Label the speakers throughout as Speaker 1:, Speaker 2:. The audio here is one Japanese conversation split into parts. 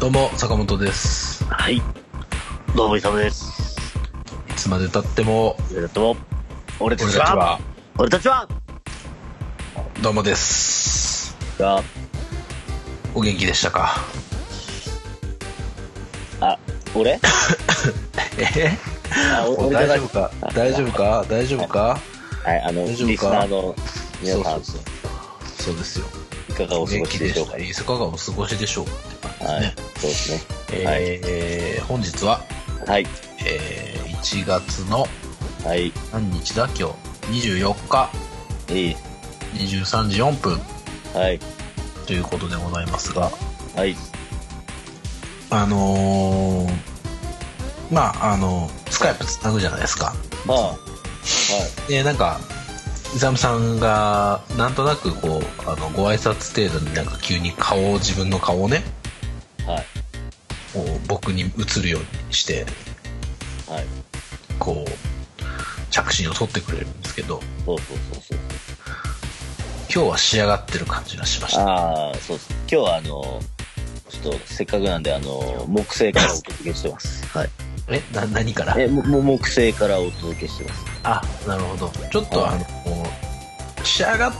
Speaker 1: どうも、坂本です。
Speaker 2: はい。どうも、イサムです。
Speaker 1: いつまで経っても、
Speaker 2: えっと、俺た
Speaker 1: 俺
Speaker 2: ち
Speaker 1: たち
Speaker 2: は、
Speaker 1: は、
Speaker 2: 俺たちは、
Speaker 1: どうもです。
Speaker 2: が、
Speaker 1: お元気でしたか
Speaker 2: あ、 俺
Speaker 1: え
Speaker 2: あ、お俺
Speaker 1: 大
Speaker 2: じゃない
Speaker 1: 丈夫か大丈夫か大丈夫か
Speaker 2: はい、あの、
Speaker 1: 大丈夫か
Speaker 2: リスナーの皆
Speaker 1: そう
Speaker 2: さ
Speaker 1: そ
Speaker 2: ん
Speaker 1: う、そう。そうですよ。
Speaker 2: いかがお過ごしでしょうか
Speaker 1: お元気いかがお過ごしでしょうか
Speaker 2: はい、そうですね。
Speaker 1: えー、本日は、
Speaker 2: はい、
Speaker 1: えー、1月の
Speaker 2: はい、
Speaker 1: 何日だ今日。24日、
Speaker 2: いい、
Speaker 1: 23時4分
Speaker 2: はい、
Speaker 1: ということでございますが、
Speaker 2: はい、
Speaker 1: あのー、まあ、あの、スカイプつなぐじゃないですか。
Speaker 2: まあ、は
Speaker 1: でなんかイザムさんがなんとなくこうあのご挨拶程度になんか急に顔を自分の顔をね
Speaker 2: い、はい、
Speaker 1: こう僕に映るようにして
Speaker 2: はい、
Speaker 1: こう着信を取ってくれるんですけど
Speaker 2: そうそうそうそう。
Speaker 1: 今日は仕上がってる感じがしました
Speaker 2: ああ、そうです。今日は、あの、ちょっと、せっかくなんで、あの、木星からお届けしてます。はい。
Speaker 1: えな何から
Speaker 2: え、も、も木星からお届けしてます。
Speaker 1: あなるほどちょっと
Speaker 2: は
Speaker 1: あ
Speaker 2: い
Speaker 1: のこう仕上がっ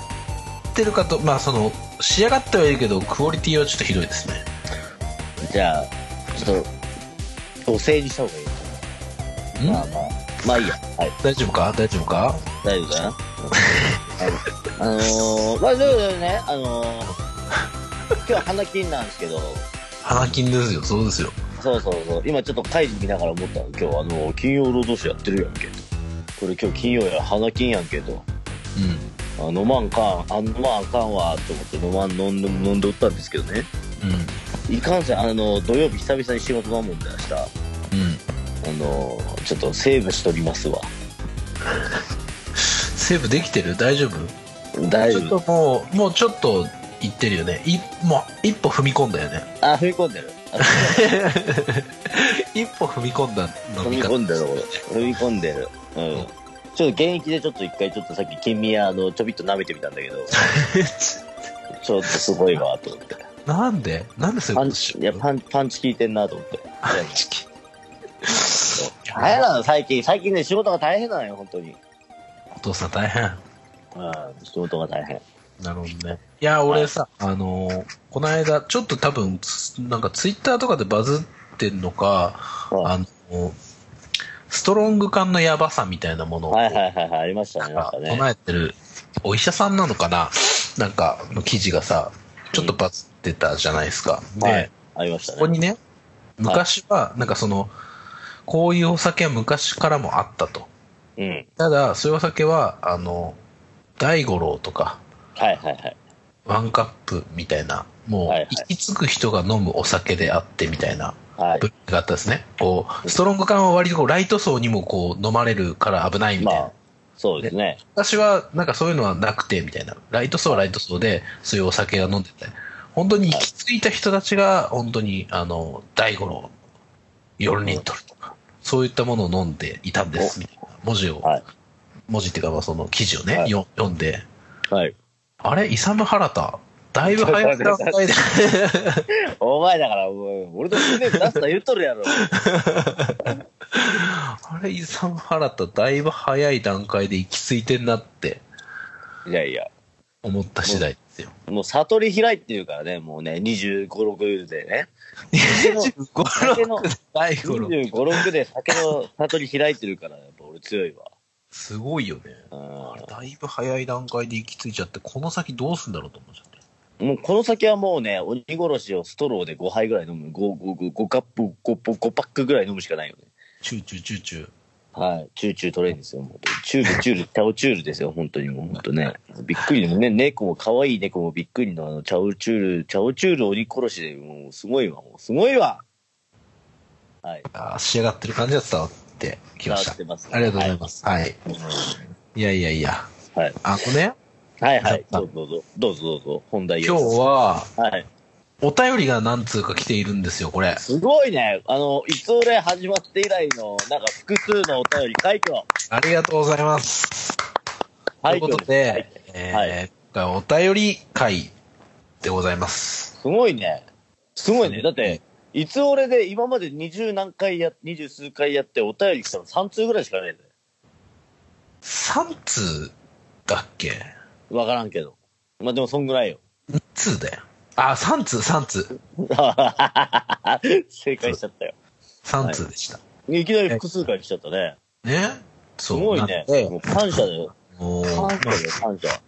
Speaker 1: てるかとまあその仕上がってはいるけどクオリティはちょっとひどいですね
Speaker 2: じゃあ、ちょっと、土星にした方がいい
Speaker 1: ん
Speaker 2: まあまあ。まあいいや。はい。
Speaker 1: 大丈夫か大丈夫か
Speaker 2: 大丈夫かなはい。あのー、まあ、そうだよね。あのー、今日は花金なんですけど、
Speaker 1: 花金ですよそうですよ
Speaker 2: そうそうそう。今ちょっと会議見ながら思ったの。今日あのー、金曜労働者やってるやんけと。これ今日金曜や、花金やんけと。あ飲まんかん、あ飲まんあかんわ、と思って飲まん、飲んで、飲んでおったんですけどね。
Speaker 1: うんうん
Speaker 2: いかんせん、あのー、土曜日久々に仕事なもんで明日。
Speaker 1: うん
Speaker 2: あのー、ちょっとセーブしとりますわ。
Speaker 1: セーブできてる大丈夫
Speaker 2: 大丈
Speaker 1: ち
Speaker 2: 夫
Speaker 1: ょっともう、もうちょっと行ってるよね。いもう一歩踏み込んだよね。
Speaker 2: あ、踏み込ん でる。あ
Speaker 1: 一歩踏み込んだ
Speaker 2: 踏
Speaker 1: 飲み
Speaker 2: み
Speaker 1: 方
Speaker 2: 込んでる、俺。踏み込んでる。うん。ちょっと現役でちょっと一回ちょっとさっき金宮あのちょびっと舐めてみたんだ けど、ちょっとすごいわ、と思って。
Speaker 1: なんでなんでそういう
Speaker 2: パ
Speaker 1: こ
Speaker 2: ン
Speaker 1: とし
Speaker 2: チ、
Speaker 1: よ
Speaker 2: いや、パン、パンチ効いてんなと思って。
Speaker 1: う
Speaker 2: 大変なの、最近。最近ね、仕事が大変なのよ、本当に。
Speaker 1: お父さん大変。
Speaker 2: うん、仕事が大変。
Speaker 1: なるほどね。いや、俺さ、あのーこの間、ちょっと多分、つなんかツイッターとかでバズってんのか、
Speaker 2: うん
Speaker 1: あのーストロング感のやばさみたいなものを、
Speaker 2: はいはいはいはい、ありましたね、なんかね。
Speaker 1: 唱えてるお医者さんなのかななんかの記事がさちょっとバズってたじゃないですか、で、
Speaker 2: はい、ありました
Speaker 1: ここ
Speaker 2: ね。
Speaker 1: にね昔はなんかそのこういうお酒は昔からもあったと
Speaker 2: うん。
Speaker 1: ただそういうお酒はあの大五郎とか
Speaker 2: はいはいはい。
Speaker 1: ワンカップみたいなも
Speaker 2: はいは
Speaker 1: う
Speaker 2: い
Speaker 1: 行き着く人が飲むお酒であってみたいな
Speaker 2: はい
Speaker 1: 文。化があったですねこうストロング缶は割とこうライト層にもこう飲まれるから危ないみた
Speaker 2: ま
Speaker 1: いな、
Speaker 2: あ、そうですね。
Speaker 1: 昔はなんかそういうのはなくてみたいなライト層はライト層でそういうお酒が飲んでて本当に行き着いた人たちが本当にあの第五の4リットルとかそういったものを飲んでいたんですみたいな文字を、
Speaker 2: はい
Speaker 1: 文字っていうかまあその記事をね、
Speaker 2: はい
Speaker 1: よ読んで
Speaker 2: はい。
Speaker 1: あれイサム・ハラタだいぶ早く段階 で
Speaker 2: お前だから、お前俺とスネーク出すな言っとるやろ。
Speaker 1: あれイサム・ハラタだいぶ早い段階で行き着いてんなって
Speaker 2: いやいや。
Speaker 1: 思った次第ですよ
Speaker 2: もう悟り開いてるからね、もうね、25、6でね。 酒の、
Speaker 1: 第五の
Speaker 2: 25、6で酒の悟り開いてるから、やっぱ俺強いわ。
Speaker 1: すごいよね
Speaker 2: う
Speaker 1: だいぶ早い段階で行き着いちゃって、この先どうすんだろうと思っちゃって。
Speaker 2: ん。もうこの先はもうね、鬼殺しをストローで5杯ぐらい飲む。5、5、5カップ、5、5パックぐらい飲むしかないよね。
Speaker 1: チューチューチューチュー。
Speaker 2: はい。チューチュートレインですよ。もうチュール、チュール、チャオチュールですよ。本当にもう、本当ね。びっくりね。猫も、可愛い猫もびっくりの、あの、チャオチュール、チャオチュール鬼殺しで、もう、すごいわ。もうすごいわはい。
Speaker 1: あー仕上がってる感じが伝わってきまし
Speaker 2: 伝わ
Speaker 1: た
Speaker 2: ってます。
Speaker 1: ありがとうございます。はい。い、やいやいや。
Speaker 2: はい。
Speaker 1: あのね、
Speaker 2: はいはい。
Speaker 1: あ
Speaker 2: どうぞどうぞ。どうぞどうぞ。本題です
Speaker 1: 今日。は、
Speaker 2: はい。
Speaker 1: お便りが何通か来ているんですよ、これ。
Speaker 2: すごいね。あの、いつ俺始まって以来の、なんか複数のお便り、快挙。
Speaker 1: ありがとうございます。という
Speaker 2: 快
Speaker 1: こ
Speaker 2: 挙
Speaker 1: とで、
Speaker 2: はい
Speaker 1: えー
Speaker 2: はい
Speaker 1: 今回お便り会でございます。
Speaker 2: すごいね。すごいね。だって、いつ俺で今まで二十何回や、二十数回やってお便り来たの3通ぐらいしかないんだよ。
Speaker 1: 3通だっけ
Speaker 2: わからんけど。まあでもそんぐらいよ。
Speaker 1: ?2 通だよ。あ、3通、3通。
Speaker 2: 正解しちゃったよ。
Speaker 1: 3通でした。
Speaker 2: いきなり複数回来ちゃったね。
Speaker 1: ね
Speaker 2: す
Speaker 1: そう。
Speaker 2: ごいね
Speaker 1: なので。
Speaker 2: もう感謝だよ。
Speaker 1: もう
Speaker 2: 感謝だよ、感謝。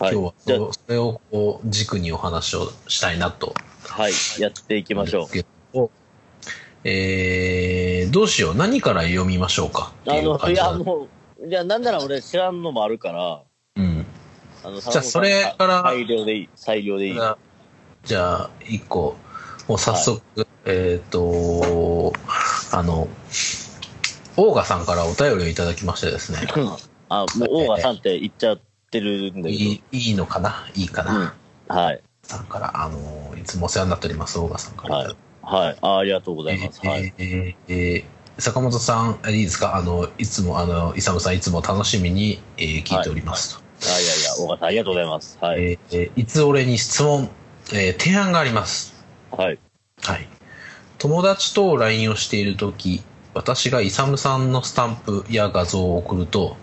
Speaker 1: 今
Speaker 2: はい
Speaker 1: 日は
Speaker 2: じゃ
Speaker 1: そそれをこう軸にお話をしたいなと
Speaker 2: はい、やっていきましょう。
Speaker 1: えー、どうしよう何から読みましょうかって
Speaker 2: あ
Speaker 1: いう
Speaker 2: の、
Speaker 1: 感
Speaker 2: い
Speaker 1: じ
Speaker 2: や、
Speaker 1: だ
Speaker 2: もう、いや、なんなら俺知らんのもあるから、
Speaker 1: うん、
Speaker 2: あの、
Speaker 1: じゃあそれから
Speaker 2: 裁量でいい。裁量でいい。は
Speaker 1: じゃあ一個もう早速、えっ、とあのオーガさんからお便りをいただきましてですね
Speaker 2: いあ、もう、オーガさんって言っちゃってるんだけど。
Speaker 1: いいいいのかないいかな、
Speaker 2: うん。はい。
Speaker 1: さんからあのいつもお世話になっておりますオーガさんからいただきました
Speaker 2: はい。あありがとうございます。
Speaker 1: えー
Speaker 2: はい。
Speaker 1: えーえー坂本さん、いいですかあの、いつも、あの、イサムさん、いつも楽しみに、えー聞いておりますと。
Speaker 2: あいやいや、大川さん、ありがとうございます。はい。
Speaker 1: えーえーいつ俺に質問、えー提案があります。
Speaker 2: はい。
Speaker 1: はい。友達と LINE をしているとき、私がイサムさんのスタンプや画像を送ると、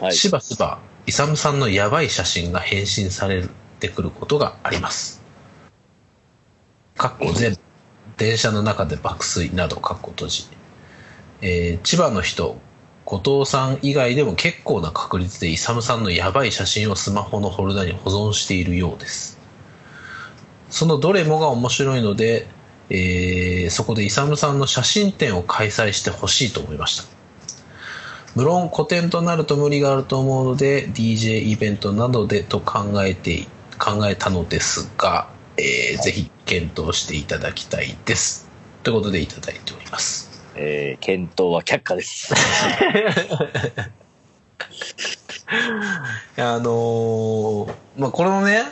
Speaker 2: はい。
Speaker 1: しばしば、イサムさんのやばい写真が返信されてくることがあります。かっこ全部、電車の中で爆睡など、かっこ閉じ。えー千葉の人、後藤さん以外でも結構な確率でイサムさんのやばい写真をスマホのフォルダに保存しているようです。そのどれもが面白いので、えーそこでイサムさんの写真展を開催してほしいと思いました。無論古典となると無理があると思うので DJ イベントなどでと考えて考えたのですが、えーぜひ検討していただきたいですということでいただいております
Speaker 2: えー、検討は却 下です。
Speaker 1: あのーまあこのね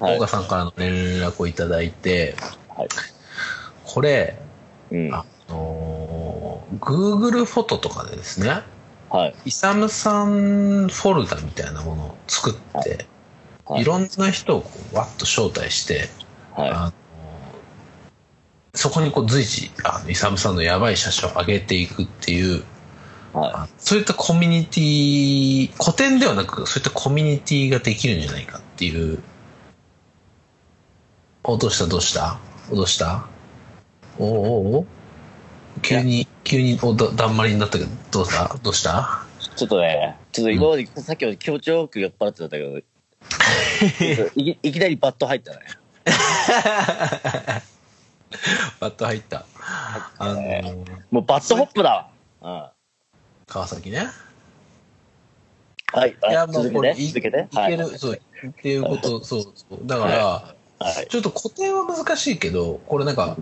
Speaker 2: はい
Speaker 1: 大賀さんからの連絡をいただいて、
Speaker 2: はい。
Speaker 1: これ、
Speaker 2: うん。は
Speaker 1: あのー Google フォトとかでですね
Speaker 2: い。
Speaker 1: イサムさんフォルダみたいなものを作って、い
Speaker 2: はい
Speaker 1: ろんな人をこうわっと招待して、
Speaker 2: は
Speaker 1: あのそこにこう随時あのイサムさんのやばい写真を上げていくっていう
Speaker 2: い。は
Speaker 1: あそういったコミュニティ古典ではなくそういったコミュニティができるんじゃないかっていうおどうしたどうしたおどうしたおおお急に急におだだんまりになったけどどうしたどうした
Speaker 2: い。ちょっとね、ちょっと今まで、さっきまで気持ちよく酔っ払ってたんだ けど、ちょっといきいきなりバット入ったね。
Speaker 1: バット入ったあの
Speaker 2: もうバットホップだわ。
Speaker 1: 川崎ね
Speaker 2: うん。はい。
Speaker 1: いや、
Speaker 2: あ
Speaker 1: もう
Speaker 2: 続け
Speaker 1: これ
Speaker 2: て、
Speaker 1: い、い
Speaker 2: 続
Speaker 1: け
Speaker 2: けて
Speaker 1: る。、
Speaker 2: はい。
Speaker 1: そう、っていうこと、そう、そうだから、
Speaker 2: はい。
Speaker 1: ちょっと固定は難しいけど、これなんか、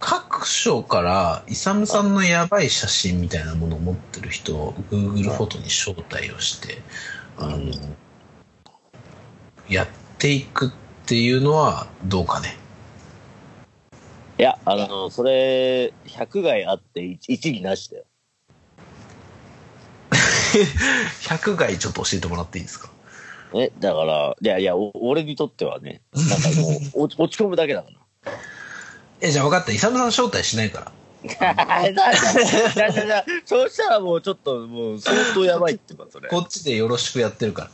Speaker 1: 各所から、イサムさんのやばい写真みたいなものを持ってる人を Google フォトに招待をして、あの、やっていくっていうのはどうかね。
Speaker 2: いや、あの、それ、100害あって一一義なしだよ。
Speaker 1: 100外ちょっと教えてもらっていいですか
Speaker 2: え、だから、いやいや、お俺にとってはね、なんかも う、落落ち込むだけだから。
Speaker 1: え、じゃあ分かった。イサムさん招待しないから。
Speaker 2: いやいやいやそうしたらもうちょっともう相当やばいってばそれ。
Speaker 1: こっちでよろしくやってるか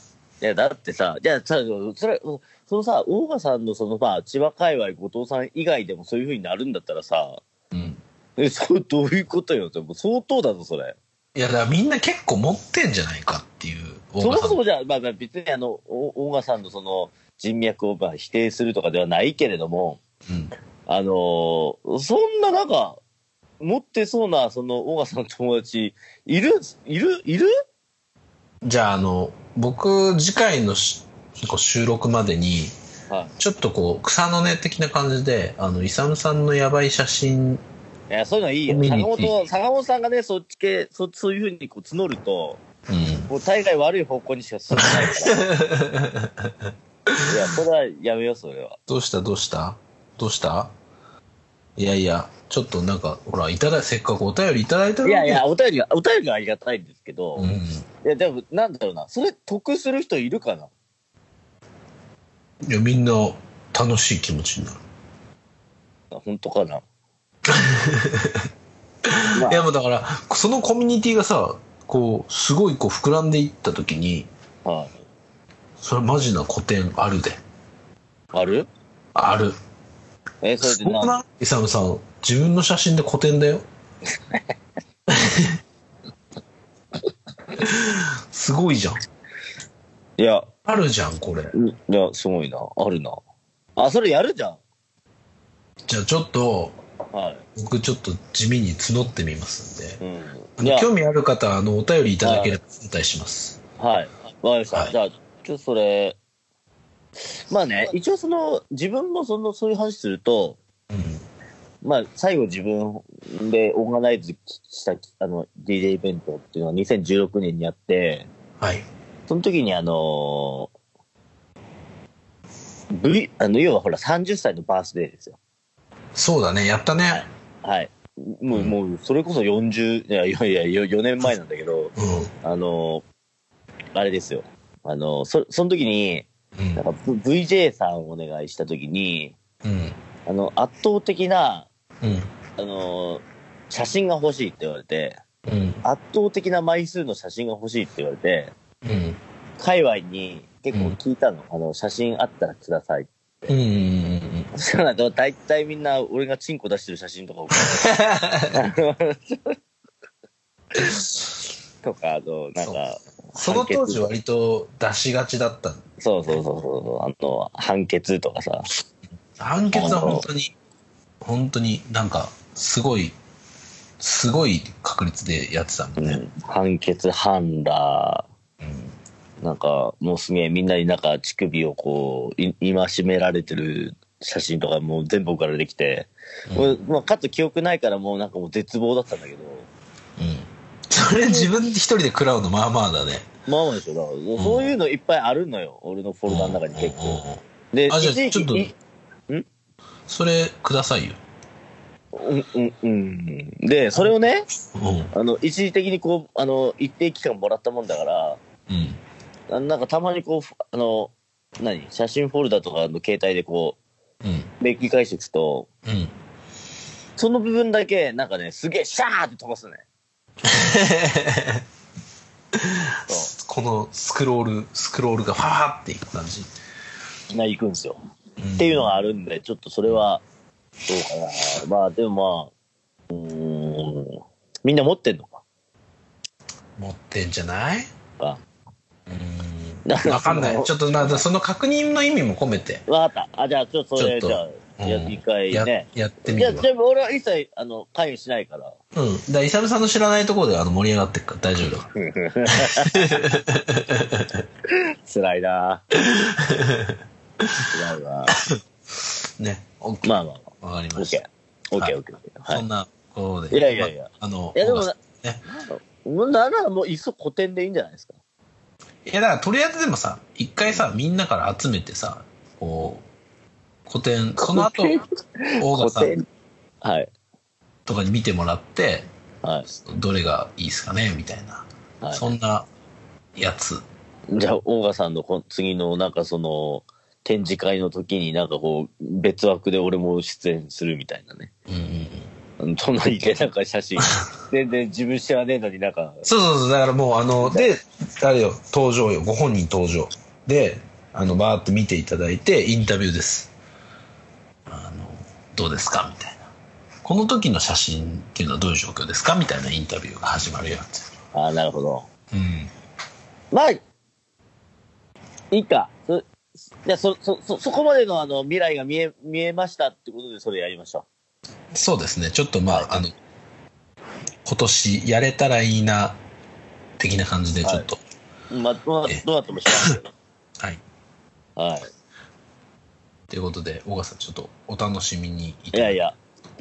Speaker 1: ら。
Speaker 2: いやだってさ、じゃあさ、それ、そのさ、大賀さんのそのまあ千葉界隈、後藤さん以外でもそういう風になるんだったらさ、
Speaker 1: うん。
Speaker 2: え、それどういうことよって、もう相当だぞ、それ。
Speaker 1: いや、だからみんな結構持ってんじゃないかっていう、大
Speaker 2: そも
Speaker 1: 川さん
Speaker 2: そもじゃあ、まあまあ別にあの、お大賀さんのその人脈をまあ否定するとかではないけれども、
Speaker 1: うん
Speaker 2: あのーそんななんか、持ってそうな、その、大賀さんの友達、いるいるいる
Speaker 1: じゃあ、あの、僕、次回のしこう収録までに、
Speaker 2: は
Speaker 1: ちょっとこう、草の根的な感じで、あの、イサムさんのやばい写真、
Speaker 2: い。いや、そういうのいいよ。
Speaker 1: 見に
Speaker 2: 坂
Speaker 1: 行って
Speaker 2: 本、坂本さんがね、そっち系、そそういうふうにこう募ると、
Speaker 1: うん。
Speaker 2: もう大概悪い方向にしか進まないか ら。いや、それはやめよう、それは。
Speaker 1: どうしたどうしたどうしたいやいや、ちょっとなんか、ほら、いただ、せっかくお便りいただいたの
Speaker 2: い
Speaker 1: に
Speaker 2: やいや、、お便りが、お便りがありがたいんですけど、
Speaker 1: う
Speaker 2: い
Speaker 1: ん。
Speaker 2: や、でも、なんだろうな、それ得する人いるかない
Speaker 1: や、みんな、楽しい気持ちになる。
Speaker 2: 本当か な。
Speaker 1: いやもうだからそのコミュニティがさこうすごいこう膨らんでいった時に
Speaker 2: はい。
Speaker 1: それマジな古典あるで
Speaker 2: ある
Speaker 1: ある
Speaker 2: え、それ
Speaker 1: す
Speaker 2: で
Speaker 1: ごく
Speaker 2: な、
Speaker 1: ないイサムさん自分の写真で古典だよすごいじゃん
Speaker 2: いや、
Speaker 1: あるじゃんこれ
Speaker 2: うんいや、すごいな。あるな。あ、それやるじゃん。
Speaker 1: じゃあちょっと
Speaker 2: は
Speaker 1: 僕ちょっと地味に募ってみますんで
Speaker 2: い。う
Speaker 1: あの
Speaker 2: ん。いや、
Speaker 1: 興味ある方あのお便りいただければお伝えします
Speaker 2: はい。わかりました。
Speaker 1: はい
Speaker 2: じゃあ、ちょっとそれ、まあね、一応その、自分もその、そういう話すると、
Speaker 1: うん
Speaker 2: まあ、最後自分でオーガナイズした、あの、DJ イベントっていうのは2016年にあって、
Speaker 1: はい
Speaker 2: その時にあのー、V、あの、要はほら30歳のバースデーですよ。
Speaker 1: そうだねやったね
Speaker 2: はい。もう、
Speaker 1: うん
Speaker 2: もう、それこそ40、いやいやいや、よ4年前なんだけど、
Speaker 1: う
Speaker 2: あのー、あれですよ。あのー、そ、その時に、
Speaker 1: んうん
Speaker 2: なんか V- VJ さんをお願いした時に、
Speaker 1: うん
Speaker 2: あの、圧倒的な、
Speaker 1: うん
Speaker 2: あのー、写真が欲しいって言われて、
Speaker 1: うん
Speaker 2: 圧倒的な枚数の写真が欲しいって言われて、
Speaker 1: うん
Speaker 2: 界隈に結構聞いたの。あの、写真あったらください。
Speaker 1: うんうんうん
Speaker 2: そしたら、大体みんな俺がチンコ出してる写真とか送る とか、あの、なんか、
Speaker 1: その当時割と出しがちだった
Speaker 2: そうそうそうそう、あの、判決とかさ、
Speaker 1: 判決は本当に本当になんかすごいすごい確率でやってたもん
Speaker 2: う
Speaker 1: ね、
Speaker 2: ん、判決、判ら、
Speaker 1: うん
Speaker 2: なんか、もうすげえみんなになんか乳首をこう、い戒められてる写真とかもう全部送られてきて、
Speaker 1: うん
Speaker 2: 俺まあ、かつ記憶ないからもうなんかもう絶望だったんだけど、
Speaker 1: それ自分で一人で食らうのまあまあだね
Speaker 2: まあまあでしょ、だからそういうのいっぱいあるのよ、俺のフォルダの中に結
Speaker 1: うんう
Speaker 2: 構。
Speaker 1: んうん
Speaker 2: で、
Speaker 1: あじゃあ
Speaker 2: 一
Speaker 1: ちょ
Speaker 2: 時
Speaker 1: っと
Speaker 2: 期
Speaker 1: それくださいよ
Speaker 2: うんうんうん。で、それをね、
Speaker 1: うん
Speaker 2: あの、一時的にこう、あの、一定期間もらったもんだから、
Speaker 1: うん
Speaker 2: あのなんかたまにこう、あの、何写真フォルダとかの携帯でこ
Speaker 1: うん
Speaker 2: う、めくり返していくと、
Speaker 1: うん
Speaker 2: その部分だけ、なんかね、すげえシャーって飛ばすね。 そ
Speaker 1: このスクロールスクロールがファーっていく感じ、
Speaker 2: う。な、行くんですよ。
Speaker 1: ん
Speaker 2: っていうのがあるんで、ちょっとそれは、どうかな。まあ、でもまあ、うーん、みんな持ってんのか。
Speaker 1: 持ってんじゃない
Speaker 2: あ
Speaker 1: うんわかんな
Speaker 2: その
Speaker 1: いちょっとなその確認の意味も込めて、
Speaker 2: わかった。あ、じゃあ、ちょっとそれ、
Speaker 1: ち
Speaker 2: じ
Speaker 1: ょっと
Speaker 2: ゃあ、や
Speaker 1: うん
Speaker 2: 一回
Speaker 1: や
Speaker 2: ね。
Speaker 1: やってみ
Speaker 2: じゃあ、
Speaker 1: るわ
Speaker 2: でも俺は一切、あの、関与しな いか
Speaker 1: う
Speaker 2: ら。
Speaker 1: ん。だから、イサムさんの知らないところであの盛り上がってるから大丈夫だか
Speaker 2: 辛いな辛い
Speaker 1: ら。
Speaker 2: わ。
Speaker 1: ね。オッケー。
Speaker 2: まあまあま
Speaker 1: わかり
Speaker 2: あ、オ
Speaker 1: ま
Speaker 2: ッ
Speaker 1: した
Speaker 2: ケ。ー。オッケー、オッケー、オッケー。は
Speaker 1: そん
Speaker 2: い。
Speaker 1: なことで。
Speaker 2: いやいやいや
Speaker 1: まあ。あの、
Speaker 2: いや、でも
Speaker 1: オーガ
Speaker 2: な
Speaker 1: スタね、
Speaker 2: もうなんならもう、いっそ古典でいいんじゃないですか。
Speaker 1: いや、だからとりあえずでもさ、一回さ、みんなから集めてさ、こう、古典、その後、
Speaker 2: 古典
Speaker 1: オーガさん
Speaker 2: 典。はい。
Speaker 1: とかに見てもらって、
Speaker 2: はい。
Speaker 1: どれがいいですかねみたいな。
Speaker 2: はい。
Speaker 1: そんなやつ。
Speaker 2: じゃあ、オーガさんのこ次の、なんかその、展示会の時になんかこう、別枠で俺も出演するみたいなね。
Speaker 1: うんうんうん。
Speaker 2: うんそんなになんか 写真、全然自分知らねえのになんか、
Speaker 1: そうそうそう、だからもう、あの、で、あれよ、登場よ、ご本人登場。で、あの、バーって見ていただいて、インタビューです。あの、どうですかみたいな。この時の写真っていうのはどういう状況ですかみたいなインタビューが始まるよって。
Speaker 2: ああ、なるほど。
Speaker 1: うん。
Speaker 2: まあ、いいか。そじゃあそ、そ、そ、そこまでのあの、未来が見え、見えましたってことでそれやりましょ
Speaker 1: そうですね、ちょっとまあ、あの、今年やれたらいいな、的な感じでちょっと、
Speaker 2: う。まあ、どうな
Speaker 1: ええ
Speaker 2: どうなってもします けど。
Speaker 1: はい。
Speaker 2: はい。
Speaker 1: ということで、小川さん、ちょっとお楽しみにい
Speaker 2: いやいや、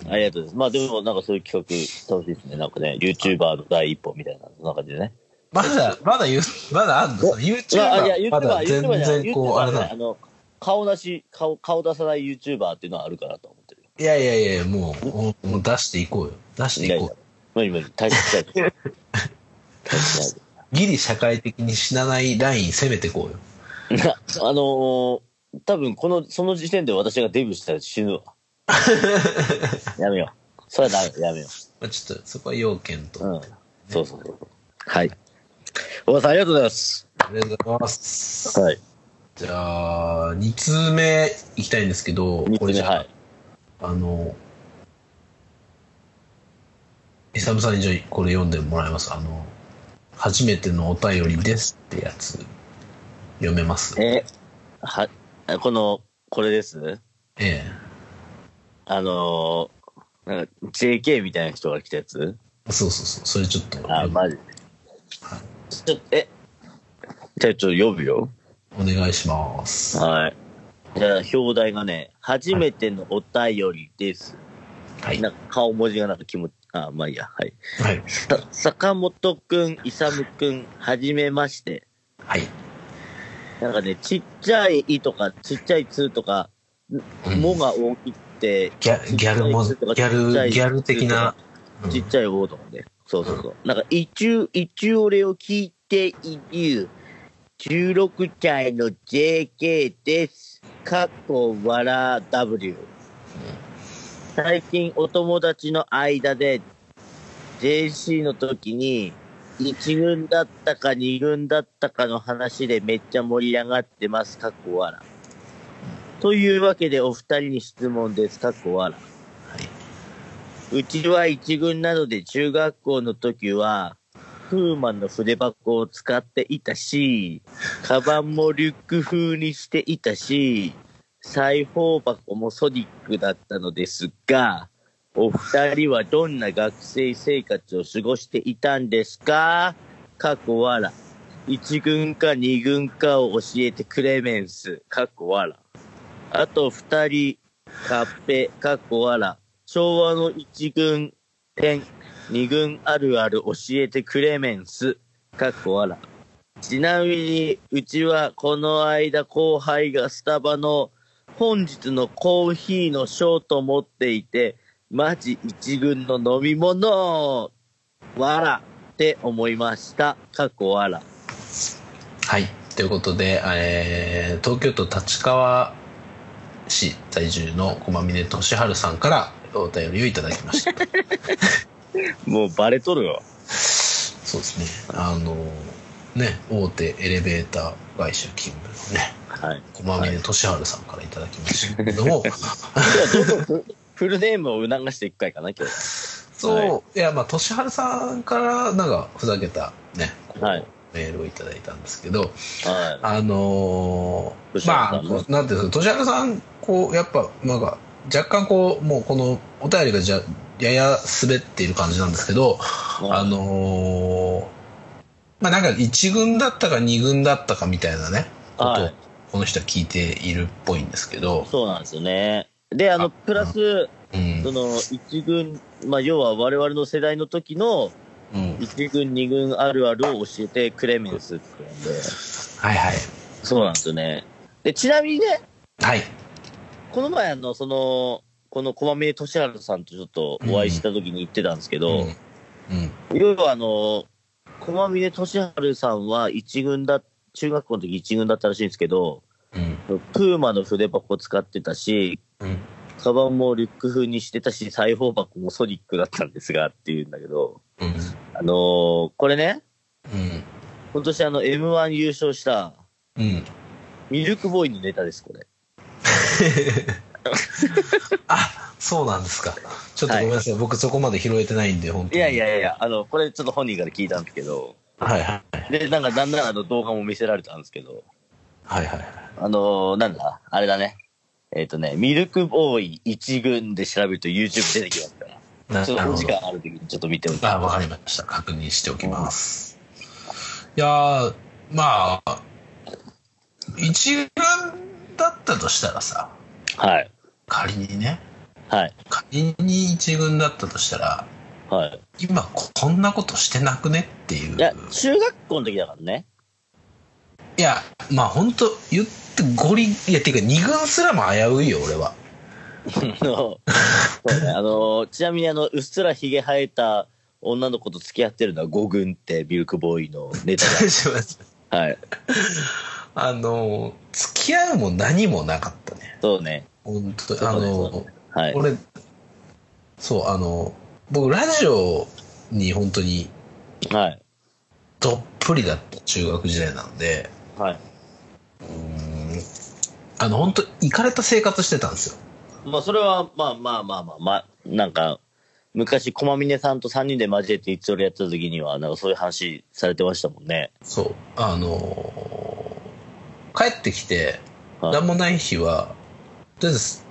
Speaker 2: ありがとうございます。まあでも、なんかそういう企画、楽しいですね。なんかね、YouTuber の第一歩みたいな、そんな感じでね。
Speaker 1: まだ、まだ言う、まだあんのその
Speaker 2: まあ、いや、
Speaker 1: ?YouTuber、ま
Speaker 2: YouTuber、
Speaker 1: だ
Speaker 2: YouTuber じゃ
Speaker 1: 全
Speaker 2: ない
Speaker 1: 然こう、あれ
Speaker 2: YouTuber じ
Speaker 1: だ
Speaker 2: ゃない。あの、顔出し、顔、顔出さない YouTuber っていうのはあるかなと思ってる。
Speaker 1: いやいやいや、もう、もうもう出していこうよ。出していこう。
Speaker 2: 無理無理、大切だよ。 大切だよ。
Speaker 1: ギリ社会的に死なないライン攻めてこうよ。
Speaker 2: あのー、多分この、その時点で私がデビューしたら死ぬわ。やめよう。それはダメ、やめよ
Speaker 1: まあ、ちょっとそこは要件と。
Speaker 2: う。う
Speaker 1: あ
Speaker 2: ん。そうそうそう。はい。おばさん、ありがとうございます。
Speaker 1: りがとうございます。
Speaker 2: はい。
Speaker 1: じゃあ、2通目いきたいんですけど、
Speaker 2: 三つ
Speaker 1: これ
Speaker 2: 目、
Speaker 1: じゃあ、
Speaker 2: はい。
Speaker 1: あの、イサムさんにじゃあこれ読んでもらいます。あの、初めてのお便りですってやつ、読めます。え
Speaker 2: え、は、この、これです
Speaker 1: え。
Speaker 2: あのー、なんか JK みたいな人が来たやつ
Speaker 1: そうそうそう。それちょっと、
Speaker 2: あ、マジ。ちょっと、え、じゃあちょっと呼ぶよ。
Speaker 1: お願いします。は
Speaker 2: はい。じゃあ、表題がね、初めてのお便りです。
Speaker 1: い。
Speaker 2: なんか顔文字がなんか気持ち、あ、まあいいや、はい。
Speaker 1: はい。
Speaker 2: さ坂本くん、いさむくん、はじめまして。
Speaker 1: はい。
Speaker 2: なんかね、ちっちゃい「い」とか、ちっちゃい「つ」とか、
Speaker 1: うん
Speaker 2: もが大きくて、
Speaker 1: ギャギャルも、ギャル、ギャル的な。うん
Speaker 2: ちっちゃい「お」とかね。そうそうそう。なんか、一応、一応俺を聞いている、16歳の JK です。かっこわら W。最近お友達の間で JC の時に1軍だったか2軍だったかの話でめっちゃ盛り上がってます、かっこわら。というわけでお二人に質問です、かっこわら。うちは1軍なので中学校の時は、フーマンの筆箱を使っていたし、カバンもリュック風にしていたし、裁縫箱もソニックだったのですが、お二人はどんな学生生活を過ごしていたんですか過去わら。一軍か二軍かを教えてクレメンス。過去わら。あと二人、カッペ、過去わら。昭和の一軍、点、二軍あるある教えてクレメンス。過去わら。ちなみに、うちはこの間後輩がスタバの本日のコーヒーのショート持っていて、マジ一軍の飲み物わらって思いました。過去わら。
Speaker 1: はい。ということで、えー東京都立川市在住の駒峰俊治さんからお便りをいただきま した。
Speaker 2: もうバレとるよ。
Speaker 1: そうですね。あの、ね、大手エレベーター会社勤務のね、
Speaker 2: はい。
Speaker 1: 駒峰俊治さんからいただきましたけれども、
Speaker 2: フルネームを促していく回かな、今日。
Speaker 1: そう、、
Speaker 2: はい
Speaker 1: や、まあ、俊治さんから、なんか、ふざけたね、こう
Speaker 2: はい
Speaker 1: メールをいただいたんですけど、
Speaker 2: は
Speaker 1: あのー
Speaker 2: 俊
Speaker 1: まあ、
Speaker 2: 原さんね
Speaker 1: なんていうんですか、としさん、こう、やっぱ、なんか、若干こう、もうこのお便りがじゃ、やや滑っている感じなんですけど、
Speaker 2: い。
Speaker 1: あのーまあなんか1軍だったか2軍だったかみたいなね、こと
Speaker 2: は
Speaker 1: を
Speaker 2: い
Speaker 1: この人は聞いているっぽいんですけど、
Speaker 2: そうなんですよね。で、あ
Speaker 1: あ
Speaker 2: の、プラス、
Speaker 1: うん
Speaker 2: そ。の、一軍、まあ、要は我々の世代の時の、
Speaker 1: うん
Speaker 2: 一軍、二軍あるあるを教えてクレメンスって言うんで、
Speaker 1: はいはい。
Speaker 2: そうなんですよね。で、ちなみにね、
Speaker 1: はい。
Speaker 2: この前、あの、その、この駒峰俊治さんとちょっとお会いした時に言ってたんですけど、
Speaker 1: うん。うん
Speaker 2: 要はあの、駒峰俊治さんは一軍だ、中学校の時一軍だったらしいんですけど、
Speaker 1: うん。
Speaker 2: プーマの筆箱使ってたし、
Speaker 1: うん。
Speaker 2: カバンもリュック風にしてたし、裁縫箱もソニックだったんですが、っていうんだけど、
Speaker 1: うん。
Speaker 2: あのーこれね、
Speaker 1: うん。
Speaker 2: 今年あの M1 優勝した
Speaker 1: うん。
Speaker 2: ミルクボーイのネタです、これ。
Speaker 1: あ、そうなんですか。ちょっとご
Speaker 2: はい
Speaker 1: めんなさい。僕そこまで拾えてないんで、本当
Speaker 2: い
Speaker 1: に。
Speaker 2: やい。やいや、あの、これちょっと本人から聞いたんですけど、
Speaker 1: はいはい。
Speaker 2: で、なんかだんだんあの動画も見せられたんですけど、
Speaker 1: はいはい。
Speaker 2: あのーなんだ、あれだね。えっ、とね、ミルクボーイ一軍で調べると YouTube 出てきますから。
Speaker 1: な
Speaker 2: ちょっ
Speaker 1: な
Speaker 2: と
Speaker 1: る
Speaker 2: お
Speaker 1: ほ
Speaker 2: 時
Speaker 1: ど。
Speaker 2: 間ある時にちょっと見ておいて。
Speaker 1: あ、わかりました。確認しておきます。いやー、まあ、一軍だったとしたらさ、
Speaker 2: はい。
Speaker 1: 仮にね、
Speaker 2: はい。
Speaker 1: 仮に一軍だったとしたら、
Speaker 2: はい。
Speaker 1: 今こんなことしてなくねっていう。
Speaker 2: いや、中学校の時だからね。
Speaker 1: いやまあ本当言ってゴリ、いや、ていうか二軍すらも危ういよ、俺は。
Speaker 2: あの、そうね、あの、ちなみにあの、うっすらひげ生えた女の子と付き合ってるのは五軍ってミルクボーイのネタ だ。はい。
Speaker 1: あの、付き合うも何もなかったね。
Speaker 2: そうね。
Speaker 1: 本当
Speaker 2: そう
Speaker 1: あ
Speaker 2: だね
Speaker 1: の、
Speaker 2: はい。
Speaker 1: 俺、そう、あの、僕、ラジオに本当に
Speaker 2: はい。
Speaker 1: どっぷりだった中学時代なので、
Speaker 2: はい。
Speaker 1: あの、本当行かれた生活してたんですよ。
Speaker 2: まあ、それは、まあまあまあまあ、まあ、なんか、昔、駒峰さんと3人で交えて一応やってた時には、なんかそういう話されてましたもんね。
Speaker 1: そう、あのー帰ってきて、
Speaker 2: はい
Speaker 1: 何もない日は、とりあえず、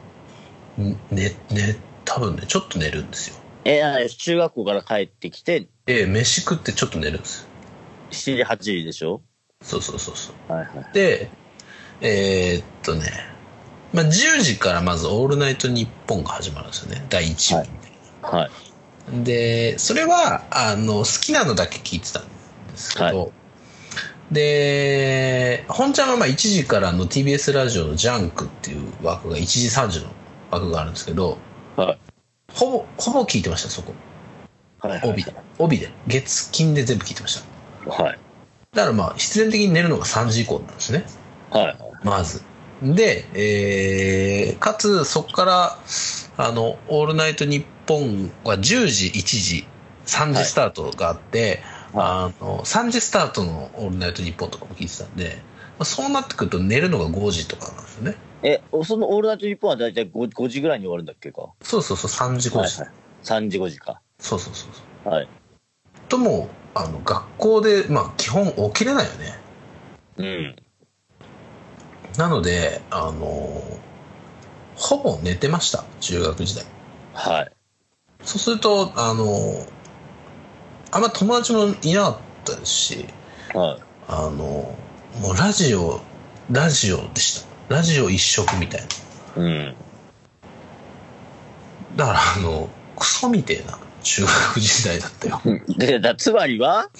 Speaker 1: んね、ね、多分ね、ちょっと寝るんですよ。
Speaker 2: えー、中学校から帰ってきて、
Speaker 1: で、飯食ってちょっと寝るんですよ。
Speaker 2: 7時、8時でしょ
Speaker 1: そうそうそうそう。
Speaker 2: はいはい。
Speaker 1: で、えーっとね、まあ、10時からまず「オールナイトニッポン」が始まるんですよね第1部、
Speaker 2: はいはい。
Speaker 1: でそれはあの好きなのだけ聞いてたんですけど、で本ちゃんはまあ1時からの TBS ラジオの「ジャンク」っていう枠が1時3時の枠があるんですけど
Speaker 2: はい。
Speaker 1: ほぼほぼ聞いてましたそこ
Speaker 2: はい、はい。
Speaker 1: 帯で帯で月金で全部聞いてました
Speaker 2: はい。
Speaker 1: だからまあ必然的に寝るのが3時以降なんですね
Speaker 2: はい。
Speaker 1: まず。で、えー、かつ、そこから、あの、オールナイトニッポンは10時、1時、3時スタートがあって、
Speaker 2: は
Speaker 1: あの、3時スタートのオールナイトニッポンとかも聞いてたんで、まあそうなってくると寝るのが5時とかなんですよね。
Speaker 2: え、そのオールナイト日本は大体 5, 5時ぐらいに終わるんだっけか。
Speaker 1: そうそうそう、3時、5時。
Speaker 2: はいはい。3時、5時か。
Speaker 1: そうそうそうそ
Speaker 2: はい。
Speaker 1: う。とも、あの、学校で、まあ、基本起きれないよね。
Speaker 2: うん。
Speaker 1: なので、あの、ほぼ寝てました、中学時代。
Speaker 2: はい。
Speaker 1: そうすると、あの、あんま友達もいなかったし、
Speaker 2: は
Speaker 1: あの、もうラジオ、ラジオでした。ラジオ一色みたいな。
Speaker 2: い。うん。
Speaker 1: だから、あの、クソみてえな中学時代だったよ。
Speaker 2: で、だつまりは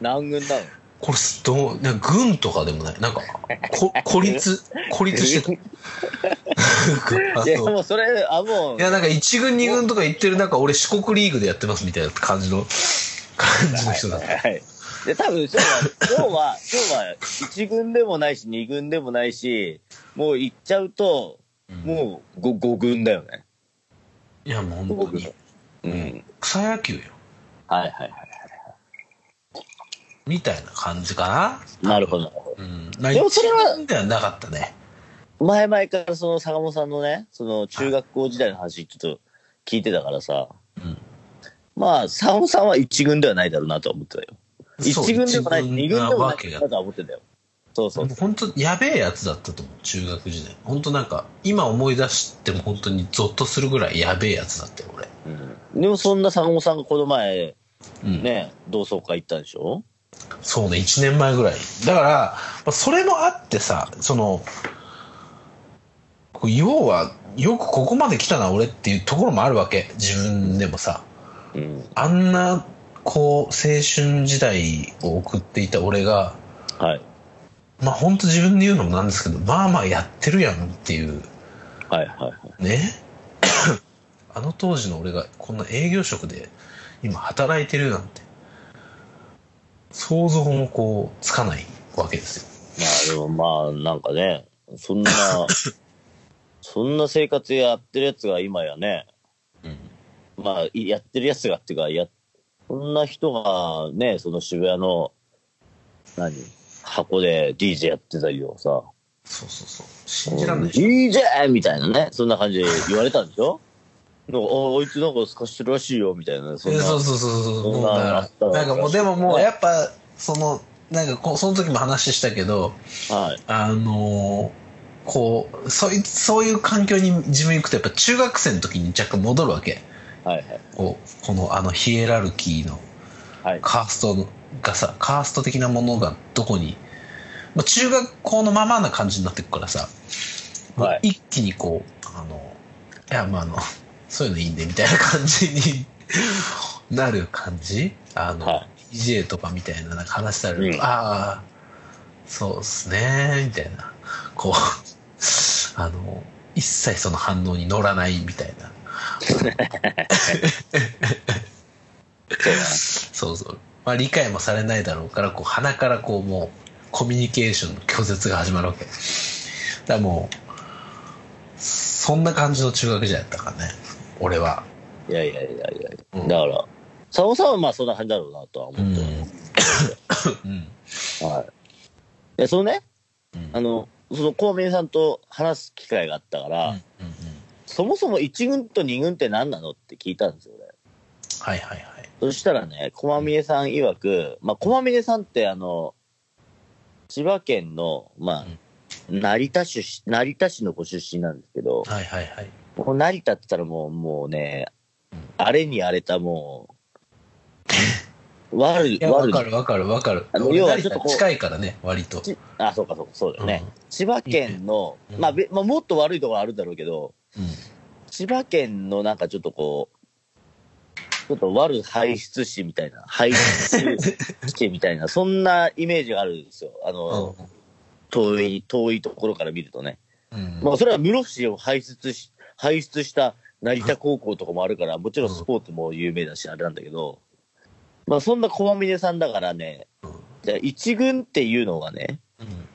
Speaker 2: 何軍なの
Speaker 1: これす、どう、なんか軍とかでもない。なんか、 こ孤立、孤立してた。なん かあ
Speaker 2: いや、
Speaker 1: の
Speaker 2: もうそれ、あ、もう
Speaker 1: い、や、なんか1軍2軍とか行ってる中、俺四国リーグでやってますみたいな感じの、感じの人だった。
Speaker 2: はい。で、多分、今日は、今日は、今日は、1軍でもないし、2軍でもないし、もう行っちゃうと、もう 5, 5軍だよね。
Speaker 1: いや、もう本当に、
Speaker 2: うん。
Speaker 1: 草野球よ。
Speaker 2: はいはいはい。
Speaker 1: みたいな感じか
Speaker 2: なるほどなるほど。
Speaker 1: な。うん。まあ、
Speaker 2: でもそれは
Speaker 1: 一番ではなかったね。
Speaker 2: 前々からその坂本さんのね、その中学校時代の話ちょっと聞いてたからさ、
Speaker 1: うん
Speaker 2: まあ、坂本さんは一軍ではないだろうなとは思ってたよ。
Speaker 1: そう
Speaker 2: 一軍でもない、
Speaker 1: 一
Speaker 2: 二軍でもな
Speaker 1: わ
Speaker 2: い
Speaker 1: けが
Speaker 2: だとは思ってたよ。そうそう。
Speaker 1: 本当やべえやつだったと思う、中学時代。本当なんか、今思い出しても本当にゾッとするぐらいやべえやつだったよ、俺。
Speaker 2: うんでもそんな坂本さんがこの前、
Speaker 1: うん。
Speaker 2: ね、同窓会行ったんでしょ
Speaker 1: そうね、1年前ぐらい。だから、まあ、それもあってさ、その、こう要は、よくここまで来たな、俺っていうところもあるわけ。自分でもさ。
Speaker 2: うん。
Speaker 1: あんな、こう、青春時代を送っていた俺が、
Speaker 2: はい。
Speaker 1: まあ本当自分で言うのもなんですけど、まあまあやってるやんっていう、
Speaker 2: はいはいはい。
Speaker 1: ね。 あの当時の俺がこんな営業職で今働いてるなんて、想像もこう、つかないわけです
Speaker 2: まあでもまあなんかね、そんな、そんな生活やってるやつが今やね、
Speaker 1: よ。
Speaker 2: まあいやってるやつがっていうか、や、そんな人がね、その渋谷の、何箱で DJ やってたりとかさ、
Speaker 1: そうそうそう。信じらんないでしょ。
Speaker 2: DJ! みたいなね、そんな感じで言われたんでしょなんかああいつなんかすかしてるらしいよ、みたいな。そん
Speaker 1: え
Speaker 2: な
Speaker 1: そうそうそうそう。
Speaker 2: そんな
Speaker 1: もうだから、なんかもうでももうやっぱ、その、なんかこうその時も話したけど、
Speaker 2: はい。
Speaker 1: あのーこうそいそういう環境に自分行くとやっぱ中学生の時に若干戻るわけ
Speaker 2: はいはい。
Speaker 1: こうこのあのヒエラルキーの
Speaker 2: はい。
Speaker 1: カーストのがさカースト的なものがどこに、まあ、中学校のままな感じになってくからさ、もう
Speaker 2: はい
Speaker 1: 一気にこうあのいやまああのそういうのいいんでみたいな感じになる感じあの、
Speaker 2: は
Speaker 1: DJ とかみたいななんか話されると、
Speaker 2: うん
Speaker 1: ああそうっすねみたいなこう あの一切その反応に乗らないみたいな
Speaker 2: そうだね
Speaker 1: そうそう。まあ理解もされないだろうから、こう鼻からこうもうコミュニケーションの拒絶が始まるわけ。だからもう、そんな感じの中学時代だったからね、俺は。
Speaker 2: いやいやいやいやいや、
Speaker 1: うん
Speaker 2: だから、佐野さんはまあそんな感じだろうなとは思
Speaker 1: う
Speaker 2: っ
Speaker 1: ん
Speaker 2: て。
Speaker 1: うん。
Speaker 2: ます。はい。で、そのね、あの、その孔明さんと話す機会があったから、
Speaker 1: うんうんうん
Speaker 2: そもそも1軍と2軍って何なのって聞いたんですよ、俺。
Speaker 1: はいはいはい。
Speaker 2: そしたらね、駒峰さん曰く、まあ、駒峰さんって、あの、千葉県の、まあ、成田市、成田市のご出身なんですけど、
Speaker 1: はいはいはい。
Speaker 2: もう成田って言ったらもう、もうね、あれに荒れたもう、悪い、
Speaker 1: いや、わ
Speaker 2: 悪い
Speaker 1: か。るわかるわかる
Speaker 2: あ。の
Speaker 1: 俺
Speaker 2: 要は
Speaker 1: 成
Speaker 2: ちょっ
Speaker 1: 田
Speaker 2: とこう
Speaker 1: 近いからね、割と。
Speaker 2: ちあ、そうか、そうか、そうだよね。
Speaker 1: うん
Speaker 2: 千葉県の、
Speaker 1: うん
Speaker 2: まあ、べまあ、もっと悪いところあるんだろうけど、
Speaker 1: うん
Speaker 2: 千葉県のなんかちょっとこう、ちょっと悪排出市みたい な、排出市みたいな、そんなイメージがあるんですよ。あの、遠い、遠いところから見るとね。
Speaker 1: うん
Speaker 2: まあ、それは室伏を排出し、排出した成田高校とかもあるから、もちろんスポーツも有名だし、あれなんだけど、まあ、そんな駒峰さんだからね、じゃあ一軍っていうのがね、
Speaker 1: うん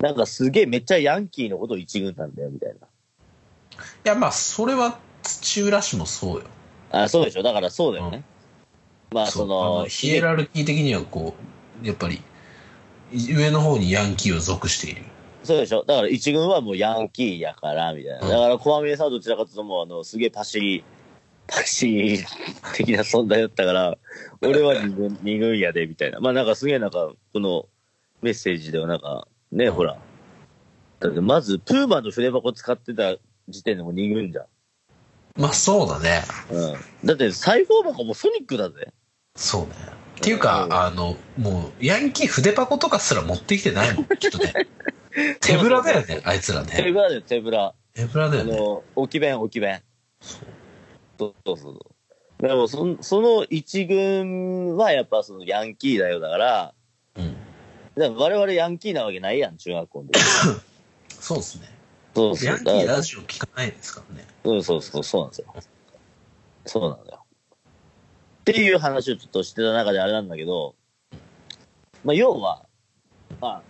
Speaker 2: なんかすげえめっちゃヤンキーのことを一軍なんだよ、みたいな。
Speaker 1: いや、まあ、それは土浦市もそうよ。
Speaker 2: あ、そうでしょ。だからそうだよね。まあ、
Speaker 1: そ
Speaker 2: そう
Speaker 1: あ
Speaker 2: の、
Speaker 1: のヒエラルキー的にはこう、やっぱり、上の方にヤンキーは属している。
Speaker 2: そうでしょ。だから一軍はもうヤンキーやから、みたいな。
Speaker 1: うん
Speaker 2: だから、小峰さんはどちらかというともう、あの、すげえパシリ、 パシリ的な存在だったから、俺は二軍、 二軍やで、みたいな。まあなんかすげえなんか、このメッセージではなんか、ね、ほら。だってまず、プーマの筆箱使ってた時点でもう二軍じゃん。
Speaker 1: まあ、そうだね。
Speaker 2: うん。だって、裁縫箱もソニックだぜ。
Speaker 1: そうね。っていうか
Speaker 2: う、ん
Speaker 1: あの、もう、ヤンキー筆箱とかすら持ってきて ないもん、きっとね。手ぶらだよね、あいつら
Speaker 2: 手
Speaker 1: ね。
Speaker 2: ぶらだよ、手ぶら。
Speaker 1: 手ぶらだ
Speaker 2: あ
Speaker 1: よね。
Speaker 2: の、置き弁、置き弁。そうそうそうそう。でもそん、その一軍はやっぱそのヤンキーだよだから、
Speaker 1: うん。
Speaker 2: だから我々ヤンキーなわけないやん、中学校で。
Speaker 1: そうですね。
Speaker 2: そうそ
Speaker 1: ヤ
Speaker 2: う。
Speaker 1: ンキー
Speaker 2: だから
Speaker 1: ラジオ聞かないですからね。
Speaker 2: うん、そうそう、そうなんですよ。そうなんだよ。っていう話をちょっとしてた中であれなんだけど、まあ、要は、まあ、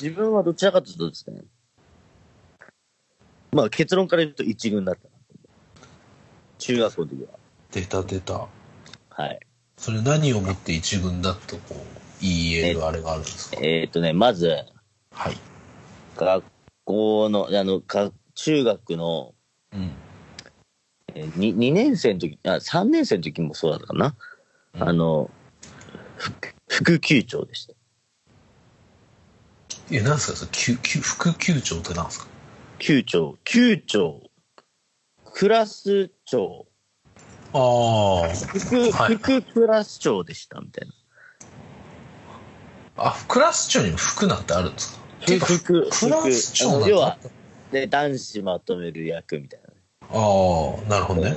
Speaker 2: 自分はどちらかというとですね、まあ、結論から言うと一軍だった。中学校の時は。
Speaker 1: 出た出た。
Speaker 2: はい。
Speaker 1: それ何をもって一軍だとこう、言えるあれがあるんですか
Speaker 2: えっ、とね、まず、
Speaker 1: はい。
Speaker 2: 学校の、あの、か中学の、
Speaker 1: うん。
Speaker 2: えー、2, 2年生の時、あ、3年生の時もそうだったかな。
Speaker 1: うん
Speaker 2: あの、副副級長でした。
Speaker 1: え、なんですかそれ、級級副級長ってなんですか
Speaker 2: 級長、級長、クラス長、
Speaker 1: ああ。
Speaker 2: 副、
Speaker 1: はい
Speaker 2: 副クラス長でした、みたいな。
Speaker 1: あ、クラス長にも服なんてあるんですかていうか
Speaker 2: 副、
Speaker 1: クラス
Speaker 2: 副あ
Speaker 1: 長
Speaker 2: の
Speaker 1: なん
Speaker 2: 要
Speaker 1: だ。あ
Speaker 2: は、ね、男子まとめる役みたい
Speaker 1: あー、なるほどね。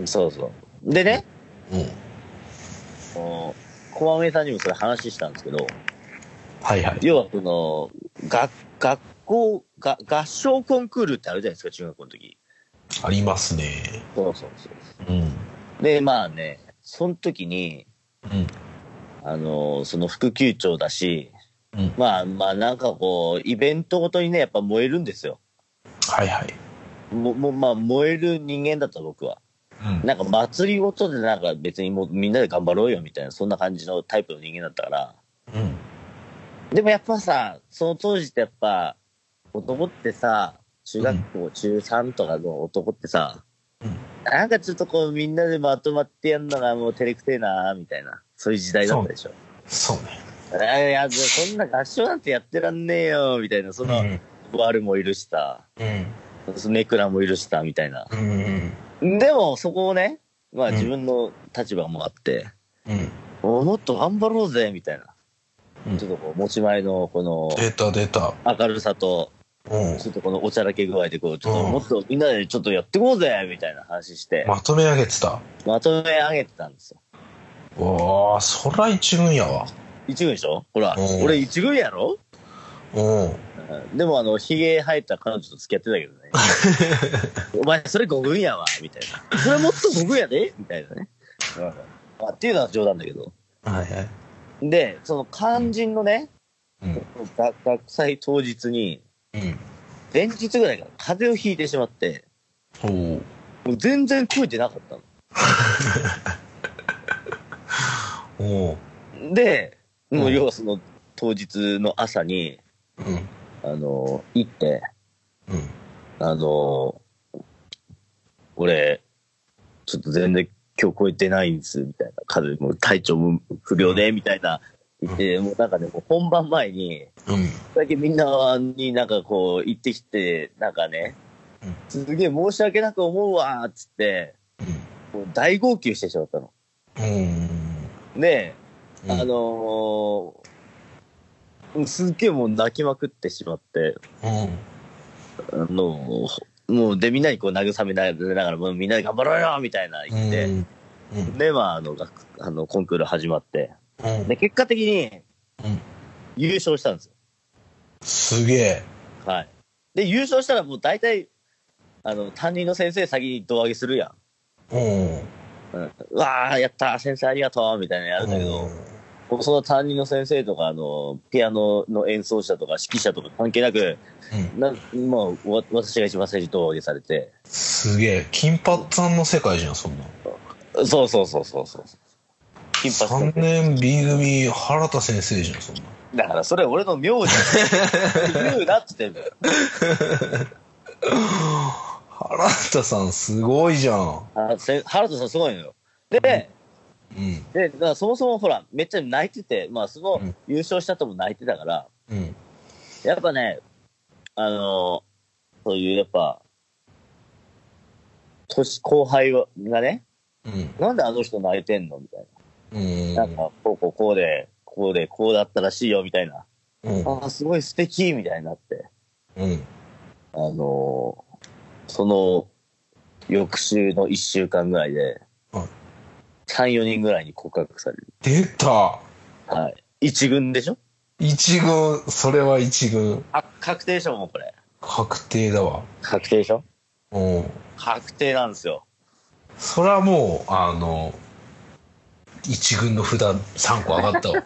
Speaker 2: な。そうそう。でね、
Speaker 1: うん。
Speaker 2: この駒上さんにもそれ話したんですけど、
Speaker 1: はいはい。
Speaker 2: 要はその学学校が合唱コンクールってあるじゃないですか中学校の時
Speaker 1: ありますね。
Speaker 2: そうそうそ
Speaker 1: うん。
Speaker 2: うでまあねその時に
Speaker 1: うん。
Speaker 2: あのその副級長だし、
Speaker 1: うん
Speaker 2: まあまあなんかこうイベントごとにねやっぱ燃えるんですよ
Speaker 1: はいはい。
Speaker 2: ももうまあ燃える人間だった僕は
Speaker 1: うん。
Speaker 2: なんか祭りごとでなんか別にもうみんなで頑張ろうよみたいなそんな感じのタイプの人間だったから
Speaker 1: うん。
Speaker 2: でもやっぱさ、その当時ってやっぱ、男ってさ、中学校、中3とかの男ってさ、
Speaker 1: うん
Speaker 2: なんかちょっとこうみんなでまとまってやるのがもう照れくせえなみたいな、そういう時代だったでしょ。
Speaker 1: そうね。
Speaker 2: いやいや、そんな合唱なんてやってらんねえよ、みたいな、その、
Speaker 1: うん。
Speaker 2: ワルもいるしさ、
Speaker 1: うん。
Speaker 2: そのネクラもいるしさ、みたいな。
Speaker 1: うん。
Speaker 2: でもそこをね、まあ
Speaker 1: うん
Speaker 2: 自分の立場もあって、
Speaker 1: うん。
Speaker 2: もうもっと頑張ろうぜ、みたいな。
Speaker 1: うん
Speaker 2: ちょっとこう持ち前のこの
Speaker 1: 出た出た。
Speaker 2: 明るさと、
Speaker 1: うん。
Speaker 2: ちょっとこのおちゃらけ具合で、こう、ちょっと
Speaker 1: うん
Speaker 2: もっとみんなでちょっとやってこうぜみたいな話して、
Speaker 1: まとめ上げてた。
Speaker 2: まとめ上げてたんですよ。
Speaker 1: わあ、そら一軍やわ。
Speaker 2: 一軍でしょほら
Speaker 1: うん、
Speaker 2: 俺一軍やろ
Speaker 1: うん。
Speaker 2: うんでもあの、髭生えた彼女と付き合ってたけど ね。お前それ五軍やわみたいな。それもっと五軍やでみたいなね。まあ、っていうのは冗談だけど。
Speaker 1: はいはい。
Speaker 2: で、その肝心のね、
Speaker 1: うん。
Speaker 2: 学学祭当日に、
Speaker 1: うん。
Speaker 2: 前日ぐらいから風邪をひいてしまって、
Speaker 1: おお。
Speaker 2: もう全然声出なかった
Speaker 1: おお。
Speaker 2: の。で、も
Speaker 1: う
Speaker 2: うん要はその当日の朝に、
Speaker 1: うん。
Speaker 2: あの、行って、
Speaker 1: うん。
Speaker 2: あの、俺、ちょっと全然今日声出ないんです、みたいな。風邪もう体調も不良で、みたいな。言って、もうなんかね、もう本番前に、
Speaker 1: うん。
Speaker 2: だけみんなになんかこう、行ってきて、なんかね
Speaker 1: うん、
Speaker 2: すげえ申し訳なく思うわーっつって、もう大号泣してしまったの。
Speaker 1: うん。
Speaker 2: で、
Speaker 1: うん。
Speaker 2: あのー、すっげえもう泣きまくってしまって、
Speaker 1: うん。
Speaker 2: あのー、もうでみんなにこう慰めながら、もうみんなで頑張ろうよみたいな言って、
Speaker 1: うん。うん。
Speaker 2: で、まあ、あの、学あの、コンクール始まって、
Speaker 1: うん。
Speaker 2: で、結果的に
Speaker 1: うん、
Speaker 2: 優勝したんですよ。
Speaker 1: すげえ。
Speaker 2: はい。で、優勝したらもう大体、あの、担任の先生先に胴上げするや
Speaker 1: うん。
Speaker 2: ん。うん、うわー、やったー、先生ありがとうみたいなのやるんだけど、もうその担任の先生とか、あの、ピアノの演奏者とか指揮者とか関係なく、
Speaker 1: うん。
Speaker 2: なまあ、わ私が一番最初に胴上げされて、
Speaker 1: すげえ。金髪さんの世界じゃん、そんな。
Speaker 2: そうそうそうそうそう。金髪さん
Speaker 1: 3年 B 組、原田先生じゃん、そんな。
Speaker 2: だからそれ俺の名字。言うなって言ってんだよ。
Speaker 1: 原田さん、すごいじゃん。
Speaker 2: あせ原田さんすごいのよ。で、
Speaker 1: うん。
Speaker 2: で、だからそもそもほら、めっちゃ泣いてて、まあ、その
Speaker 1: うん
Speaker 2: 優勝したとも泣いてたから、
Speaker 1: うん。
Speaker 2: やっぱね、あのーそういうやっぱ、年後輩がね、
Speaker 1: うん。
Speaker 2: なんであの人泣いてんのみたい
Speaker 1: うん。
Speaker 2: な。なんか、こうこうこうで、こうで、こうだったらしいよ、みたいな。
Speaker 1: うん。
Speaker 2: ああ、すごい素敵みたいになって。
Speaker 1: うん。
Speaker 2: あのーその、翌週の1週間ぐらいで、
Speaker 1: はい
Speaker 2: 3、4人ぐらいに告白される。
Speaker 1: 出た
Speaker 2: はい。一軍でしょ
Speaker 1: 一軍、それは一軍。
Speaker 2: あ、確定でしょ、もうこれ。
Speaker 1: 確定だわ。
Speaker 2: 確定でしょ
Speaker 1: うん。
Speaker 2: 確定なんですよ。
Speaker 1: それはもう、あの、一軍の札3個上が ったわ。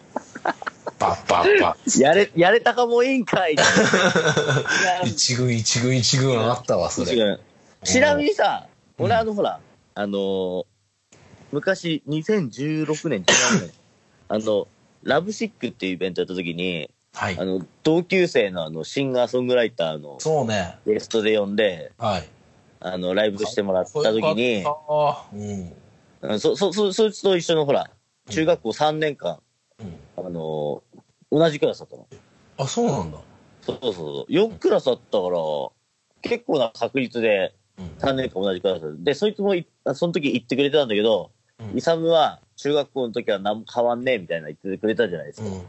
Speaker 1: バッバッバ
Speaker 2: やれ、やれたかもいいんかいい や
Speaker 1: ッ。一軍、一軍、一軍上がったわ、そ
Speaker 2: 一
Speaker 1: れ。
Speaker 2: 軍。ちなみにさ、
Speaker 1: うん
Speaker 2: 俺あの、ほら、あのー昔、2016年、違うねあの、ラブシックっていうイベントやった時に、
Speaker 1: はい
Speaker 2: あ。の、同級生のあの、シンガーソングライターの
Speaker 1: そうね。
Speaker 2: ゲストで呼んで、
Speaker 1: はい。
Speaker 2: あの、ライブしてもらった時に、
Speaker 1: ああ、うん。
Speaker 2: うんそ、そ、そ、そいつと一緒のほら、中学校3年間、
Speaker 1: うん
Speaker 2: あのー同じクラスだったの。
Speaker 1: あ、そうなんだ。
Speaker 2: そうそうそう。4クラスだったから、結構な確率で
Speaker 1: うん
Speaker 2: 3年間同じクラスで、そいつもいあその時言ってくれてたんだけど、
Speaker 1: うん
Speaker 2: イサムは中学校の時は何も変わんねえみたいな言ってくれたじゃないです
Speaker 1: うん。う
Speaker 2: か。
Speaker 1: ん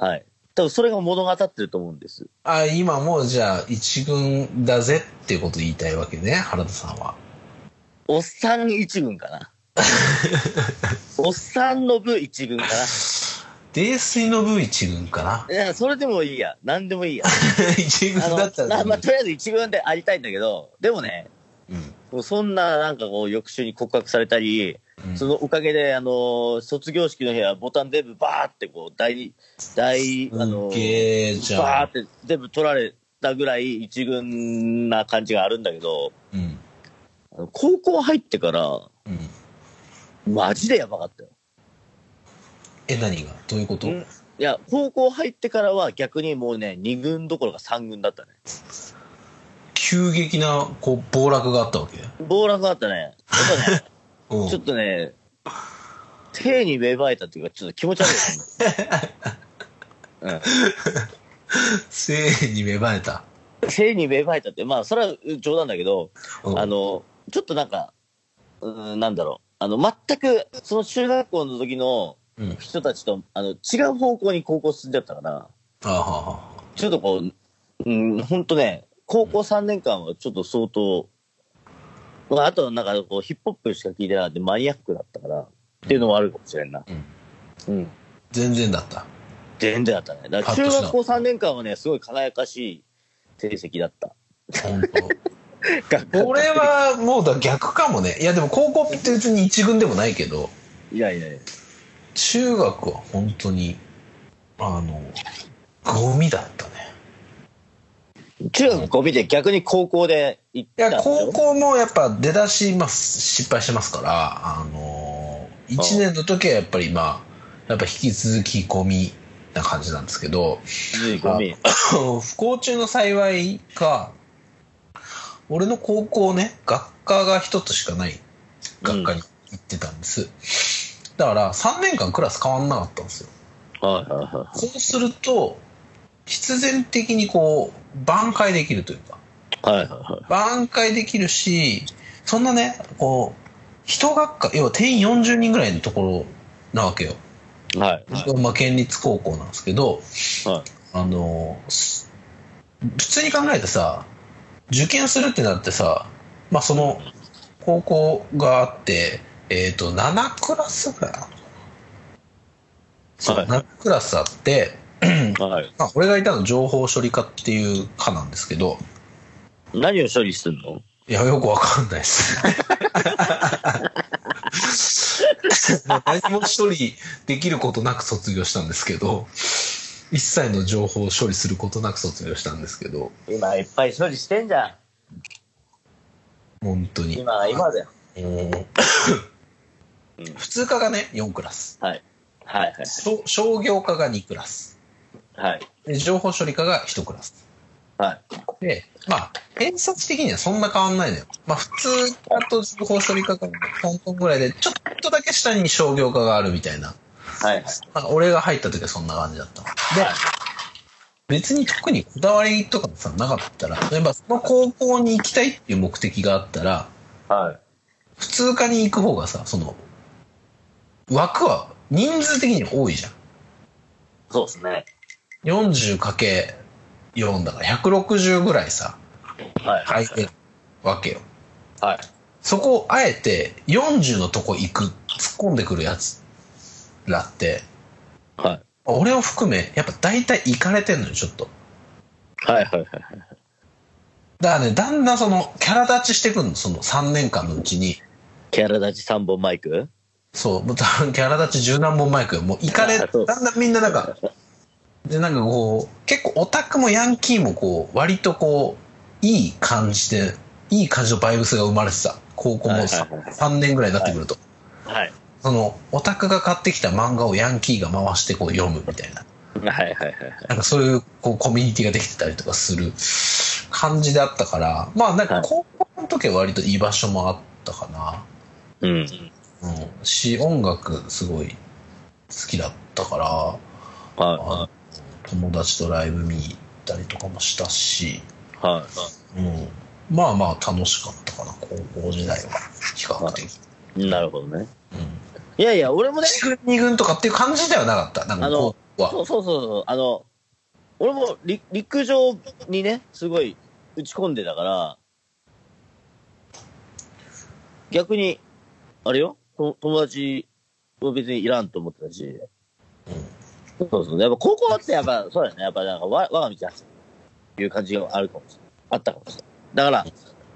Speaker 1: うん。
Speaker 2: はい。多分それが物語ってると思うんです。
Speaker 1: あ、今もうじゃあ、一軍だぜっていうこと言いたいわけね、原田さんは。
Speaker 2: おっさん一軍か な。おっさんの部一軍かな。。
Speaker 1: 泥水の部一軍かな
Speaker 2: いや、それでもいいや。何でもいいや。
Speaker 1: 一軍
Speaker 2: あの、
Speaker 1: だった
Speaker 2: ま
Speaker 1: ら
Speaker 2: あ、
Speaker 1: ね。
Speaker 2: まあとりあえず一軍でありたいんだけど、でもね、
Speaker 1: うん
Speaker 2: もうそんななんかこう、翌週に告白されたり、
Speaker 1: うん
Speaker 2: そのおかげで、あのー卒業式の部屋、ボタン全部バーってこう、大、大、あの
Speaker 1: す
Speaker 2: ー
Speaker 1: げえじゃ
Speaker 2: バー
Speaker 1: ん
Speaker 2: っ。て全部取られたぐらい一軍な感じがあるんだけど、
Speaker 1: うん。
Speaker 2: あの高校入ってから、
Speaker 1: うん。
Speaker 2: マジでやばかったよ。
Speaker 1: え、何がどういうこと
Speaker 2: うんいや、高校入ってからは逆にもうね、二軍どころか三軍だったね。
Speaker 1: 急激な、こう、暴落があったわけ
Speaker 2: 暴落があったね。やっぱ
Speaker 1: う
Speaker 2: ね、
Speaker 1: ん
Speaker 2: ちょっとね、手に芽生えたっていうか、ちょっと気持ち悪いと思う。
Speaker 1: 性に芽生えた。
Speaker 2: うん、手に芽生えたって、まあ、それは冗談だけど、
Speaker 1: うん
Speaker 2: あの、ちょっとなんか、うーん、なんだろう。あの、全く、その中学校の時の
Speaker 1: うん。
Speaker 2: 人たちと、あの、違う方向に高校進んじゃったから、
Speaker 1: あはは
Speaker 2: ちょっとこう、うん、ほんとね、高校3年間はちょっと相当、まあ、あとなんかこう、ヒップホップしか聞いてなくてマニアックだったから、っていうのもあるかもしれんな。
Speaker 1: うん
Speaker 2: うん。
Speaker 1: 全然だった。
Speaker 2: 全然だったね。だから中学校3年間はね、すごい輝かしい成績だった。
Speaker 1: 本当。俺は、もうだ、逆かもね。いや、でも高校って別に一軍でもないけど、
Speaker 2: いやいやいや。
Speaker 1: 中学は本当に、あの、ゴミだったね。
Speaker 2: う中学ゴミで逆に高校で行っ
Speaker 1: い
Speaker 2: たん
Speaker 1: や、
Speaker 2: でしょ
Speaker 1: 高校もやっぱ出だします、失敗してますから、あのー、1年の時はやっぱりまあ、やっぱ引き続きゴミな感じなんですけど、
Speaker 2: ゴミ。
Speaker 1: 不幸中の幸いか、俺の高校ね、学科が一つしかない学科に行ってたんです。だから3年間クラス変わんなかったんですよ。
Speaker 2: はいはいは
Speaker 1: そうすると、必然的にこう、挽回できるというか、
Speaker 2: い。はいはいは
Speaker 1: 挽回できるし、そんなね、こう、一学科、要は定員40人ぐらいのところなわけよ。
Speaker 2: い。はいはい
Speaker 1: まあ、県立高校なんですけど、
Speaker 2: は
Speaker 1: あの、す普通に考えてさ、受験するってなってさ、まあその、高校があって、えっ、と、7クラスぐらいあるのかなそう、
Speaker 2: はい
Speaker 1: 7クラスあって、
Speaker 2: い。はい。
Speaker 1: まあ俺がいたの情報処理科っていう科なんですけど、
Speaker 2: 何を処理すんの
Speaker 1: いや、よくわかんないです。何も処理できることなく卒業したんですけど、一切の情報を処理することなく卒業したんですけど、
Speaker 2: 今いっぱい処理してんじゃ
Speaker 1: 本当
Speaker 2: ん。
Speaker 1: に。
Speaker 2: 今、今だよ。
Speaker 1: もう
Speaker 2: うん
Speaker 1: 普通科がね、4クラス。
Speaker 2: はい。はいはい。
Speaker 1: 商商業科が2クラス。
Speaker 2: はい。
Speaker 1: で情報処理科が1クラス。
Speaker 2: はい。
Speaker 1: で、まあ、偏差値的にはそんな変わんないのよ。まあ、普通科と情報処理科が本当ぐらいで、ちょっとだけ下に商業科があるみたいな。
Speaker 2: はいはい。
Speaker 1: なんか俺が入った時はそんな感じだったの。で、別に特にこだわりとかもさ、なかったら、例えばその高校に行きたいっていう目的があったら、
Speaker 2: はい。
Speaker 1: 普通科に行く方がさ、その、枠は人数的に多いじゃん。
Speaker 2: そうですね。
Speaker 1: 40×4 だから160ぐらいさ、
Speaker 2: はい。
Speaker 1: 空いてるわけよ。
Speaker 2: はい。
Speaker 1: そこをあえて40のとこ行く、突っ込んでくるやつらって、
Speaker 2: はい。
Speaker 1: 俺を含め、やっぱ大体行かれてんのよ、ちょっと。
Speaker 2: はいはいはい。
Speaker 1: だからね、だんだんその、キャラ立ちしてくんの、その3年間のうちに。
Speaker 2: キャラ立ち3本マイク
Speaker 1: そう、もう多分キャラ立ち十何本マイクよもう行かれ、
Speaker 2: あそう
Speaker 1: だんだんみんななんか、で、なんかこう、結構オタクもヤンキーもこう、割とこう、いい感じで、いい感じのバイブスが生まれてた。高校も
Speaker 2: はいはいはいはい
Speaker 1: 3年ぐらいになってくると。
Speaker 2: はい。
Speaker 1: その、オタクが買ってきた漫画をヤンキーが回してこう読むみたいな。
Speaker 2: はいはいはいはい。
Speaker 1: なんかそういうこうコミュニティができてたりとかする感じだったから、まあなんか
Speaker 2: はい
Speaker 1: 高校の時は割と居場所もあったかな。
Speaker 2: うん。
Speaker 1: うん。し、音楽すごい好きだったから、
Speaker 2: は
Speaker 1: 友達とライブ見に行ったりとかもしたし、
Speaker 2: い。はい。
Speaker 1: うん。まあまあ楽しかったかな、高校時代は。比較的。
Speaker 2: なるほどね。
Speaker 1: うん。
Speaker 2: いやいや、俺もね、
Speaker 1: 1軍、2軍とかっていう感じではなかった。なんか
Speaker 2: あの
Speaker 1: こうは
Speaker 2: そうそうそうそう、あの、俺も陸陸上にね、すごい打ち込んでたから、逆に、あれよ、と友達も別にいらんと思ってたし、そうそう、やっぱ高校ってやっぱ、そうだよね、やっぱなんかわ我が道だっていう感じがあるかもしれない。あったかもしれない。だから、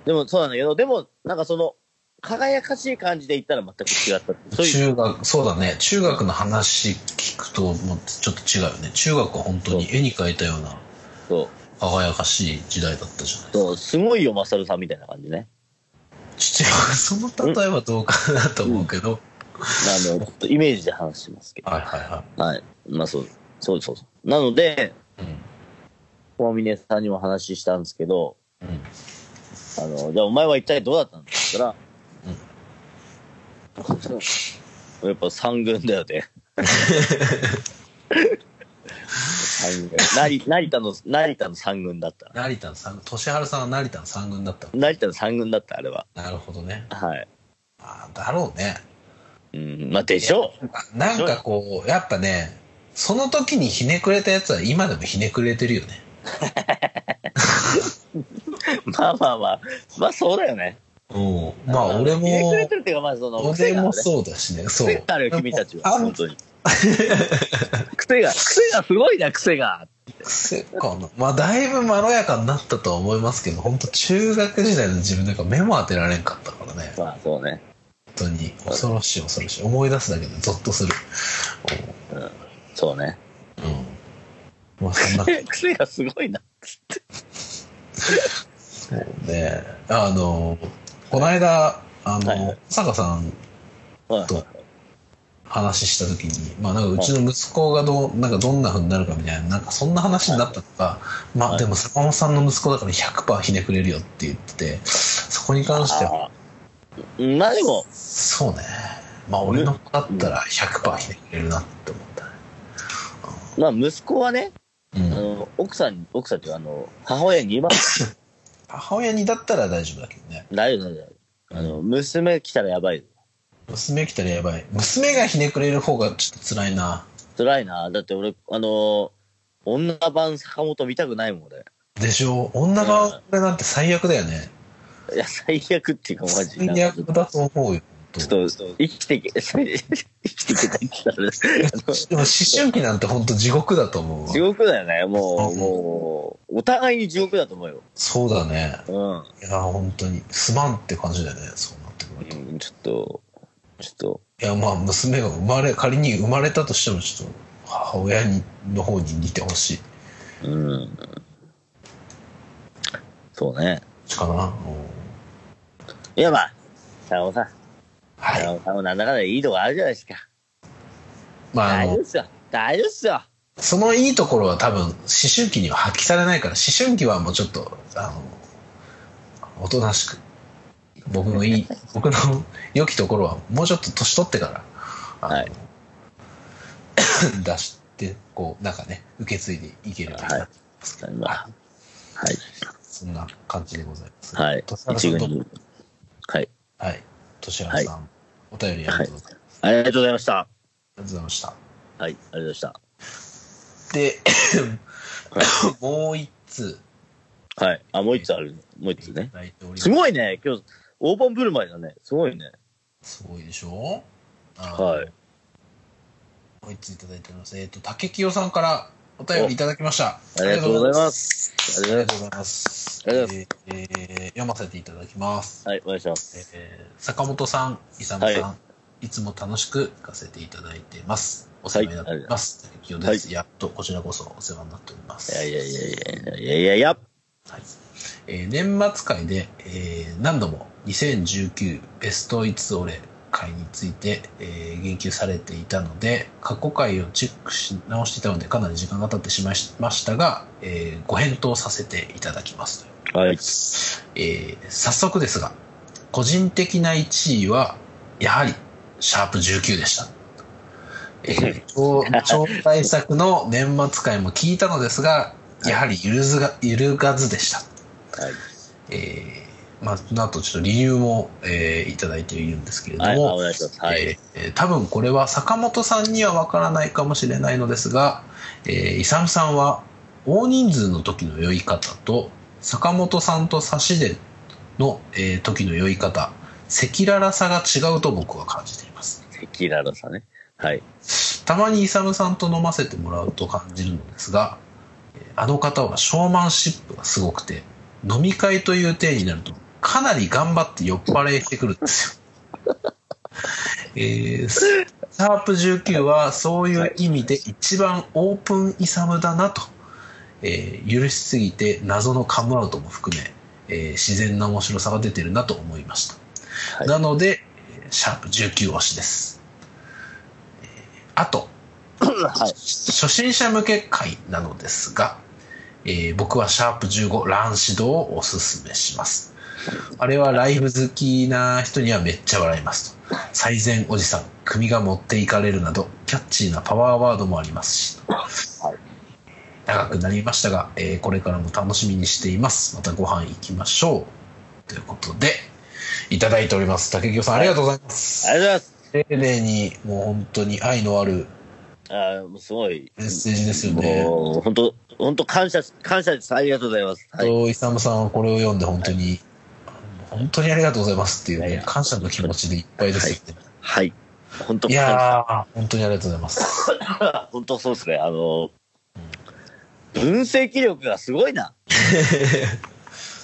Speaker 2: でもそうなんだけど、でも、なんかその、輝かしい感じで言ったら全く違ったって。そういう、
Speaker 1: 中学、そうだね。中学の話聞くと、もうちょっと違うよね。中学は本当に絵に描いたような
Speaker 2: そう、
Speaker 1: 輝かしい時代だったじゃない。
Speaker 2: そうすごいよ、マサルさんみたいな感じね。
Speaker 1: 父は、その例えはどうかなと思うけど。
Speaker 2: あの、ちょっとイメージで話しますけ
Speaker 1: はいはいは
Speaker 2: ど。はい。まあそう、そうそうそう。なので、
Speaker 1: い。うん。
Speaker 2: 小峰さんにも話したんですけど、
Speaker 1: うん。
Speaker 2: あの、じゃあお前は一体どうだったんだったら、やっぱ三軍だよね。三軍成成田の、成田の三軍だった。
Speaker 1: 成田の三軍、年春さんは成田の三軍だったの
Speaker 2: 成田の三軍だった、あれは。
Speaker 1: なるほどね。
Speaker 2: はい。
Speaker 1: ああ、だろうね。
Speaker 2: うん、まあでしょう。
Speaker 1: あなんかこう、やっぱね、その時にひねくれたやつは今でもひねくれてるよね。
Speaker 2: まあまあまあ、まあそうだよね。
Speaker 1: うん。まあ俺も、
Speaker 2: ひねくれてるっていうか、まあその、癖
Speaker 1: 俺
Speaker 2: が
Speaker 1: も
Speaker 2: あるね
Speaker 1: そうだしね。そう。
Speaker 2: 癖があるよ、君たちは。
Speaker 1: あ
Speaker 2: 本当 に。癖が、癖がすごいな、癖が。
Speaker 1: 癖かな。まあ、だいぶまろやかになったとは思いますけど、本当中学時代の自分なんか目も当てられんかったからね。本
Speaker 2: まあ、そうね。
Speaker 1: 当に。恐ろしい恐ろしい。思い出すだけでゾッとする。
Speaker 2: そうね。
Speaker 1: うん。まあ、そんな、
Speaker 2: 癖がすごいな。
Speaker 1: そうね。あの、この間、あの、
Speaker 2: はいはい
Speaker 1: 坂さん
Speaker 2: はい
Speaker 1: と話した時に、まあなんかうちの息子がどう、なんかどんな風になるかみたいな、なんかそんな話になったとか、ま
Speaker 2: は
Speaker 1: あ
Speaker 2: い
Speaker 1: でも坂本さんの息子だから100%ひねくれるよって言ってて、そこに関しては、
Speaker 2: あーまあでも、
Speaker 1: そうね。まあ俺の子だったら100%ひねくれるなって思ったね。
Speaker 2: まあ息子はね、
Speaker 1: うん
Speaker 2: あの奥さん、奥さんっていうかあの、母親に言います。
Speaker 1: 母親にだったら大丈夫だけどね。
Speaker 2: 大丈夫、大丈夫。あの、娘来たらやばい。
Speaker 1: 娘来たらやばい。娘がひねくれる方がちょっと辛いな。
Speaker 2: 辛いな。だって俺、あの、女版坂本見たくないもん、俺。
Speaker 1: でしょ女側これなんて最悪だよね。
Speaker 2: いや、最悪っていうか、マジで。
Speaker 1: 最悪だと思うよ。
Speaker 2: ちょっと、生きていけ、 生きていけないって言ったらねあの
Speaker 1: でも思春期なんて本当地獄だと思
Speaker 2: 地
Speaker 1: うわ。
Speaker 2: 獄だよね。も
Speaker 1: う
Speaker 2: う、
Speaker 1: ん
Speaker 2: もう、お互いに地獄だと思うよ。
Speaker 1: そうだね。
Speaker 2: うん。
Speaker 1: いや、本当に。すまんって感じだよね。そうなってくると。
Speaker 2: うんちょっと、ちょっと、
Speaker 1: いや、まあ、娘が生まれ、仮に生まれたとしても、ちょっと、母親にの方に似てほしい。
Speaker 2: うん。そうね。
Speaker 1: かな。うん
Speaker 2: いや、まあ、坂本さん、
Speaker 1: はい。
Speaker 2: 坂本さんもなんだかんだいいとこあるじゃないですか。
Speaker 1: まあ、あ
Speaker 2: 大丈
Speaker 1: の
Speaker 2: 夫っ、すよ。大丈夫っすよ。
Speaker 1: そのいいところは多分思春期には発揮されないから思春期はもうちょっとあのおとなしく僕のいい僕の良きところはもうちょっと年取ってからあの
Speaker 2: はい
Speaker 1: 出してこうなんかね受け継いでいければいいなと思いますけど、
Speaker 2: はい
Speaker 1: はい
Speaker 2: はい。
Speaker 1: そんな感じでございます
Speaker 2: はい
Speaker 1: としは。
Speaker 2: 一
Speaker 1: さん
Speaker 2: 軍
Speaker 1: と
Speaker 2: に。はい。
Speaker 1: はい年原さん、お便りありがとうございます、あ
Speaker 2: ありがとうございました。
Speaker 1: りがとうございました
Speaker 2: はい。ありがとうございました。
Speaker 1: で もう一通
Speaker 2: はい。あ、もう一つある。もう一つ
Speaker 1: い
Speaker 2: ね。
Speaker 1: ただいております
Speaker 2: すごいね。今日、大盤振る舞いだね。すごいね。
Speaker 1: すごいでしょ
Speaker 2: はい。
Speaker 1: こいついただいております。えっ、と、竹清さんからお便りいただきました。。
Speaker 2: ありがとうございますす。あ
Speaker 1: あ
Speaker 2: り
Speaker 1: り
Speaker 2: が
Speaker 1: が
Speaker 2: と
Speaker 1: とうございます。
Speaker 2: ありがとう
Speaker 1: えーえー読ませていただきます。
Speaker 2: うはい、お願いします。
Speaker 1: えー坂本さん、勇さん、
Speaker 2: はい
Speaker 1: い、つも楽しく聞かせていただいてます。お世話になっております。竹清です、やっとこちらこそお世話になっております。
Speaker 2: いやいやいやいやいやいやいや。
Speaker 1: はいえー年末会で、えー何度も2019ベストいつ俺会について、えー言及されていたので過去回をチェックし直していたのでかなり時間が経ってしまいましたが、えーご返答させていただきます、
Speaker 2: はい。
Speaker 1: えー早速ですが個人的な1位はやはりシャープ19でした、えー超超大作の年末会も聞いたのですがやはり揺るずが揺るがずでした
Speaker 2: はい。
Speaker 1: えーまあ、その後ちょっと理由も、えーいただいているんですけれど
Speaker 2: はい。あ
Speaker 1: も、
Speaker 2: お願いします。はい。
Speaker 1: えーえー多分これは坂本さんにはわからないかもしれないのですが、えー、イサムさんは大人数の時の酔い方と坂本さんと差しでの、えー時の酔い方赤裸々さが違うと僕は感じています
Speaker 2: 赤裸々さね。はい。
Speaker 1: たまにイサムさんと飲ませてもらうと感じるのですが、えーあの方はショーマンシップがすごくて、飲み会という体になると、かなり頑張って酔っ払いしてくるんです よ。えー、シャープ19はそういう意味で一番オープンイサムだなと、えー許しすぎて謎のカムアウトも含め、えー自然な面白さが出てるなと思いました。
Speaker 2: はい
Speaker 1: なので、えーシャープ19推しです。えーあと、
Speaker 2: はい。
Speaker 1: 初心者向け会なのですが、えー僕はシャープ15乱指導をおすすめします。あれはライブ好きな人にはめっちゃ笑いますと。最善おじさん、組が持っていかれるなど、キャッチーなパワーワードもありますし。長くなりましたが、えーこれからも楽しみにしています。またご飯行きましょう。ということで、いただいております。竹清さん、ありがとうございます。
Speaker 2: ありがとうございます。
Speaker 1: 丁寧に、もう本当に愛のある
Speaker 2: あーもうすごい。
Speaker 1: メッセージですよね。
Speaker 2: もう、本当本当感謝、感謝です。ありがとうございます。はい。
Speaker 1: と、イサムさんはこれを読んで本当に、本当にありがとうございますっていう
Speaker 2: いやい
Speaker 1: ね
Speaker 2: や、
Speaker 1: 感謝の気持ちでいっぱいですよね。
Speaker 2: はい。本当
Speaker 1: いやー、本当にありがとうございます。
Speaker 2: 本当そうですね。あの、分析力がすごいな。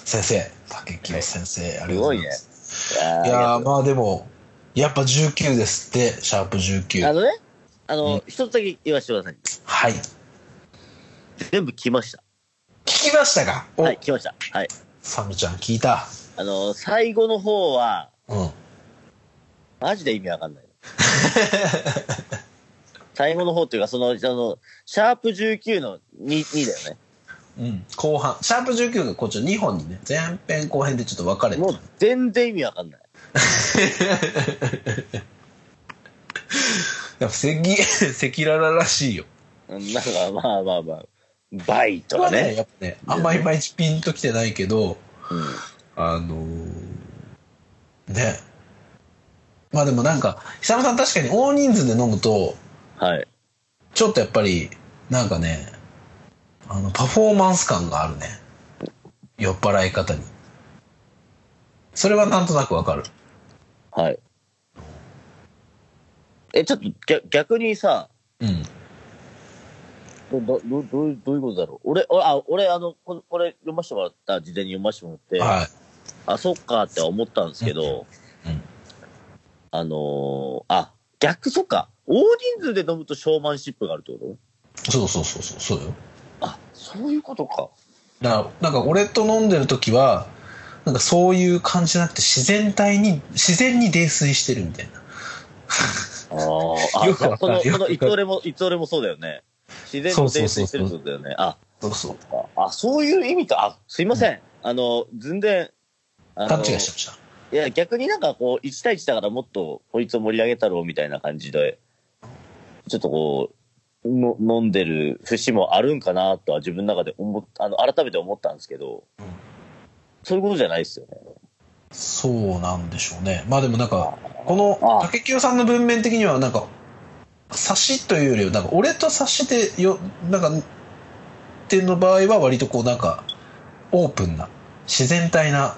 Speaker 1: 先生、竹清先生、あ
Speaker 2: す
Speaker 1: りがとうご
Speaker 2: ご
Speaker 1: ざ
Speaker 2: い
Speaker 1: い
Speaker 2: ね
Speaker 1: ます。。
Speaker 2: あ
Speaker 1: い
Speaker 2: ーあり
Speaker 1: や
Speaker 2: がとう
Speaker 1: ー、まあでも、やっぱ19ですって、シャープ
Speaker 2: あ
Speaker 1: 19。
Speaker 2: のね、あ
Speaker 1: う
Speaker 2: の、一つだけ言わせてください。
Speaker 1: はい。
Speaker 2: 全部来ました。
Speaker 1: 聞きましたかお、
Speaker 2: はい、来ました。はい。
Speaker 1: サムちゃん聞いた。
Speaker 2: あの、最後の方は、
Speaker 1: うん。
Speaker 2: マジで意味わかんない。 最後の方っていうか、その、あの、シャープ19の 2, 2だよね。
Speaker 1: うん、後半、シャープ19がこっちの2本にね、前編後編でちょっと分かれて
Speaker 2: もう全然意味わかんない。
Speaker 1: やっぱ赤 赤裸々らしいよ。
Speaker 2: うんなんか、まあまあまあ、バイと
Speaker 1: これは
Speaker 2: か
Speaker 1: ね、
Speaker 2: ね。
Speaker 1: やっぱね、あんまいまいちピンときてないけど、
Speaker 2: うん
Speaker 1: あのーね。まあでもなんか、久野さん確かに大人数で飲むと、
Speaker 2: はい。
Speaker 1: ちょっとやっぱり、なんかね、あの、パフォーマンス感があるね。酔っ払い方に。それはなんとなくわかる。
Speaker 2: はい。え、ちょっと逆逆にさ、
Speaker 1: うん。
Speaker 2: どどどどういうどういうことだろう俺、おあ俺あのこ、これ読ませてもらった、事前に読ませてもらって、
Speaker 1: はい。
Speaker 2: あ、そっかって思ったんですけど、
Speaker 1: うんうん
Speaker 2: あのーあ、逆、そっか。大人数で飲むとショーマンシップがあるってこと
Speaker 1: そうそうそうそう、そうよ。
Speaker 2: あ、そういうことか。
Speaker 1: だから、なんか俺と飲んでる時は、なんかそういう感じじゃなくて自然体に、自然に泥酔してるみたいな。
Speaker 2: あーあ、
Speaker 1: よくわか
Speaker 2: そ
Speaker 1: る
Speaker 2: の、
Speaker 1: よ
Speaker 2: そ
Speaker 1: くわ
Speaker 2: の、
Speaker 1: かる
Speaker 2: いつ俺も、いつ俺もそうだよね。自然
Speaker 1: そう
Speaker 2: と
Speaker 1: そう
Speaker 2: 泥
Speaker 1: そう
Speaker 2: 酔し
Speaker 1: そ
Speaker 2: て
Speaker 1: う
Speaker 2: るってことだよね。あ、
Speaker 1: そうそう。
Speaker 2: あ、そういう意味と、あ、すいません。あの、全然、あの
Speaker 1: 勘違いしてました。
Speaker 2: いや、逆になんかこう、1対1だからもっとこいつを盛り上げたろうみたいな感じで、ちょっとこう、の飲んでる節もあるんかなとは自分の中で思っあの、改めて思ったんですけど、
Speaker 1: うん
Speaker 2: そういうことじゃないですよね。
Speaker 1: そうなんでしょうね。まあでもなんか、この
Speaker 2: ああ
Speaker 1: 竹清さんの文面的にはなんか、差しというよりは、なんか俺と差しでよ、なんか、っての場合は割とこうなんか、オープンな、自然体な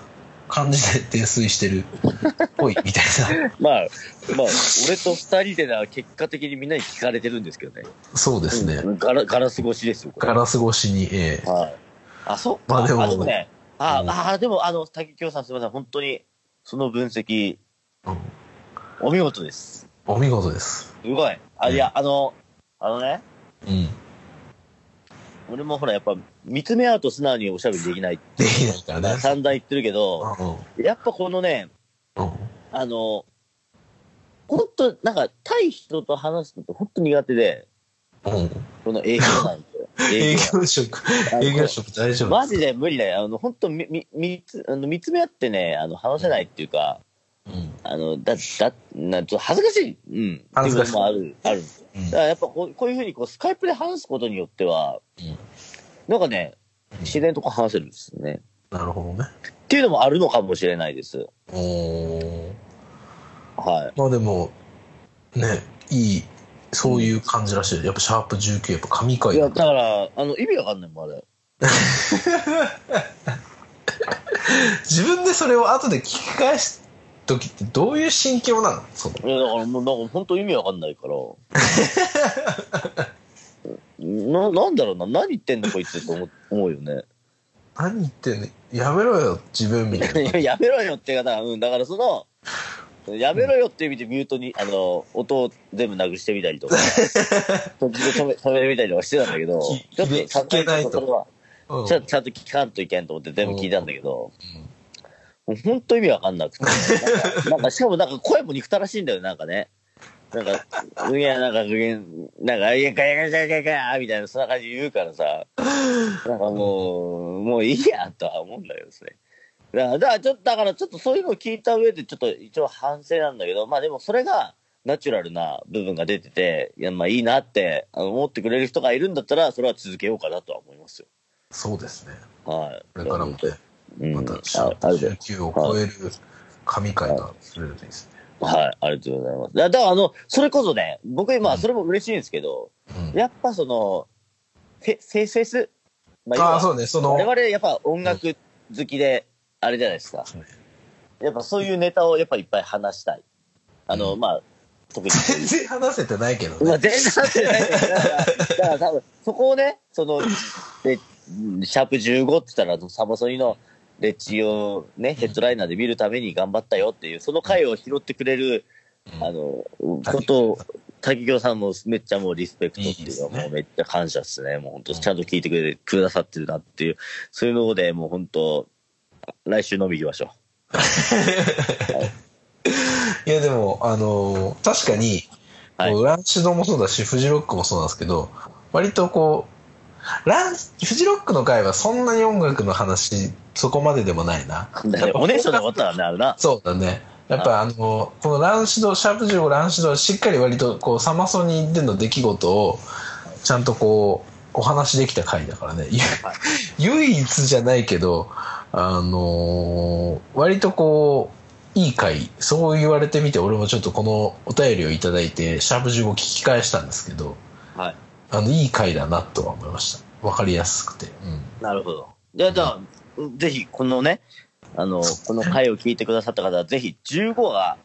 Speaker 1: 感じで泥酔してるっぽいみたい な。
Speaker 2: まあ、まあ、俺と二人でな、結果的にみんなに聞かれてるんですけどね。
Speaker 1: そうですね。
Speaker 2: うんガラガラス越しですよ、こ
Speaker 1: ガ
Speaker 2: れ。
Speaker 1: ラス越しに、ええ
Speaker 2: はい。あ、そっか。
Speaker 1: まあでも
Speaker 2: あ、もね。あ、
Speaker 1: うん
Speaker 2: あ、でも、あの、竹京さんすみません。本当に、その分析、
Speaker 1: うん
Speaker 2: お見事です。
Speaker 1: お見事です。
Speaker 2: すごい。あ、いや、あの、あのね、
Speaker 1: うん。
Speaker 2: 俺もほら、やっぱ、見つめ合うと素直におしゃべりできない。
Speaker 1: できないからね。
Speaker 2: 散々言ってるけど、
Speaker 1: う
Speaker 2: やっぱこのね、
Speaker 1: ん。うん。
Speaker 2: あの、本当なんか、対人と話すのって本当苦手で、
Speaker 1: うん。
Speaker 2: この営業なんて。
Speaker 1: 営業職、営業職大丈夫
Speaker 2: マジで無理だよ。あの、本当み、み、みつ、あの、見つめ合ってね、あの、話せないっていうか、
Speaker 1: うん。
Speaker 2: あの、だ、だ、なんちょっと恥ずかしい、うん、
Speaker 1: 恥ずかしい
Speaker 2: 自分もある、あるんですよ。
Speaker 1: うん
Speaker 2: だからやっぱこう、こういうふうに、こう、スカイプで話すことによっては、
Speaker 1: うん
Speaker 2: なんかね、自然とこう話せるんですよね。
Speaker 1: なるほどね。
Speaker 2: っていうのもあるのかもしれないです。
Speaker 1: おー
Speaker 2: はい。
Speaker 1: まあでも、ね、いい、そういう感じらしい。やっぱシャープ19、やっぱ神回
Speaker 2: いや、だから、あの、意味わかんないもん、あれ。
Speaker 1: 自分でそれを後で聞き返す時ってどういう心境なのその
Speaker 2: いや、だからもう、なんか、本当意味わかんないから。 な、なんだろうな、何言ってんだこいつと思思うよね。
Speaker 1: 何言ってんのやめろよ、自分みたい
Speaker 2: いややめろよって方、うん、だからその、やめろよっていう意味でミュートに、あの、音を全部なくしてみたり とか、途中で止め、止めみたりとかしてたんだけど、
Speaker 1: き
Speaker 2: ちょっと、
Speaker 1: 聞けないと
Speaker 2: それは、
Speaker 1: な。うん
Speaker 2: ちゃんちゃんと聞かんといけんと思って全部聞いたんだけど、もう本当意味わかんなくて、なんか、なんかしかもなんか声も憎たらしいんだよ、なんかね。なんか、うげなんか、うげなんか、いや、ガヤガヤガヤガヤガヤみたいな、そんな感じで言うからさ、なんかもう、もういいや、とは思うんだけどですね。だから、だからちょっと、だからちょっとそういうのを聞いた上で、ちょっと一応反省なんだけど、まあでもそれが、ナチュラルな部分が出てて、いや、まあいいなってあの思ってくれる人がいるんだったら、それは続けようかなとは思いますよ。
Speaker 1: そうですね。
Speaker 2: はい。
Speaker 1: これからもね、
Speaker 2: うん、
Speaker 1: またシャ
Speaker 2: あ
Speaker 1: ープ
Speaker 2: あるで
Speaker 1: 19を超える神回がするといいですね。
Speaker 2: はい、ありがとうございます。だだから、あの、それこそね、僕今、
Speaker 1: うん
Speaker 2: それも嬉しいんですけど、
Speaker 1: うん
Speaker 2: やっぱその、フェフェフェス、
Speaker 1: ああ、
Speaker 2: ま要は
Speaker 1: そうね、その
Speaker 2: 我、々やっぱ音楽好きで、あれじゃないですか。やっぱそういうネタをやっぱいっぱい話したい。あの、
Speaker 1: うん
Speaker 2: まあ、特に。
Speaker 1: 全然話せてないけど
Speaker 2: ま
Speaker 1: ね。
Speaker 2: あ、全然話してないんだけどだから、だから多分、そこをね、その、で、シャープ15って言ったら、サマソニのレッチリをね、ヘッドライナーで見るために頑張ったよっていう、その回を拾ってくれる、
Speaker 1: うん
Speaker 2: あの、ことを滝行さんもめっちゃもうリスペクトっていうか、
Speaker 1: いいですね
Speaker 2: もうめっちゃ感謝っすね。もう本当、
Speaker 1: うん
Speaker 2: ちゃんと聞いてくれてくださってるなっていう、そういうので、もう本当、来週飲み行きましょう。
Speaker 1: いや、でも、あのー確かに、
Speaker 2: はい
Speaker 1: こうランシドもそうだし、フジロックもそうなんですけど、割とこう、ラン、フジロックの回はそんなに音楽の話、そこまででもないな。
Speaker 2: だ からお姉さんで終わったらね、あるな。
Speaker 1: そうだね。やっぱあのーこのランシド、シャープ15ランシドはしっかり割とこう、サマソニーでの出来事を、ちゃんとこう、お話できた回だからね。 唯一じゃないけど、あのー割とこう、いい回、そう言われてみて、俺もちょっとこのお便りをいただいて、シャープ15聞き返したんですけど、
Speaker 2: はい。
Speaker 1: あの、いい回だなとは思いました。わかりやすくて。うん。
Speaker 2: なるほど。じゃあ、じゃあ、ぜひ、このね、あの、この回を聞いてくださった方は、ぜひ、15が、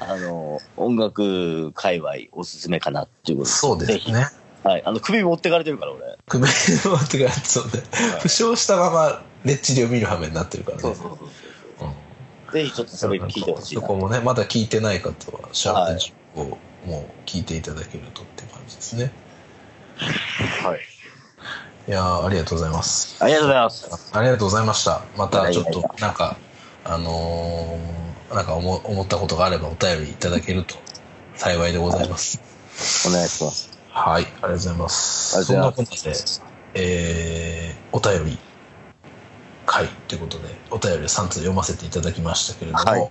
Speaker 2: あの、音楽界隈おすすめかなっていうこと
Speaker 1: そうで
Speaker 2: ぜ
Speaker 1: す
Speaker 2: ひ
Speaker 1: ね。
Speaker 2: はい。あの、首持ってかれてるから、俺。
Speaker 1: クメのってくれそうで、負傷したまま、レッチリを見る羽目になってるからね。
Speaker 2: そうそうそう
Speaker 1: うん
Speaker 2: そう。ぜひ、ちょっとそれ聞いてほしい
Speaker 1: そ
Speaker 2: な
Speaker 1: こ。もね、まだ聞いてない方は、シャープ15をもう聞いていただけるとって感じですね。
Speaker 2: はい。
Speaker 1: いやーありがとうございます。
Speaker 2: ありがとうございます。
Speaker 1: ありがとうございました。またちょっと
Speaker 2: いやいやい、
Speaker 1: なんか、あのーなんか思思ったことがあればお便りいただけると幸いでございます。
Speaker 2: お願いします。
Speaker 1: はい、ありがとうございます。
Speaker 2: あり
Speaker 1: そん
Speaker 2: が
Speaker 1: なこ
Speaker 2: とう
Speaker 1: とで、えー、お便り会ということで、お便りを3通読ませていただきましたけれども、
Speaker 2: はい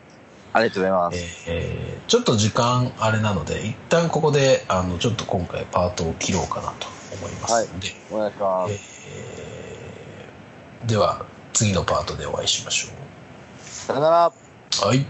Speaker 2: ありがとうございます。
Speaker 1: えーちょっと時間あれなので、一旦ここで、あの、ちょっと今回パートを切ろうかなと思いますので、
Speaker 2: お願いします。
Speaker 1: えーでは、次のパートでお会いしましょう。
Speaker 2: さよなら。
Speaker 1: はい。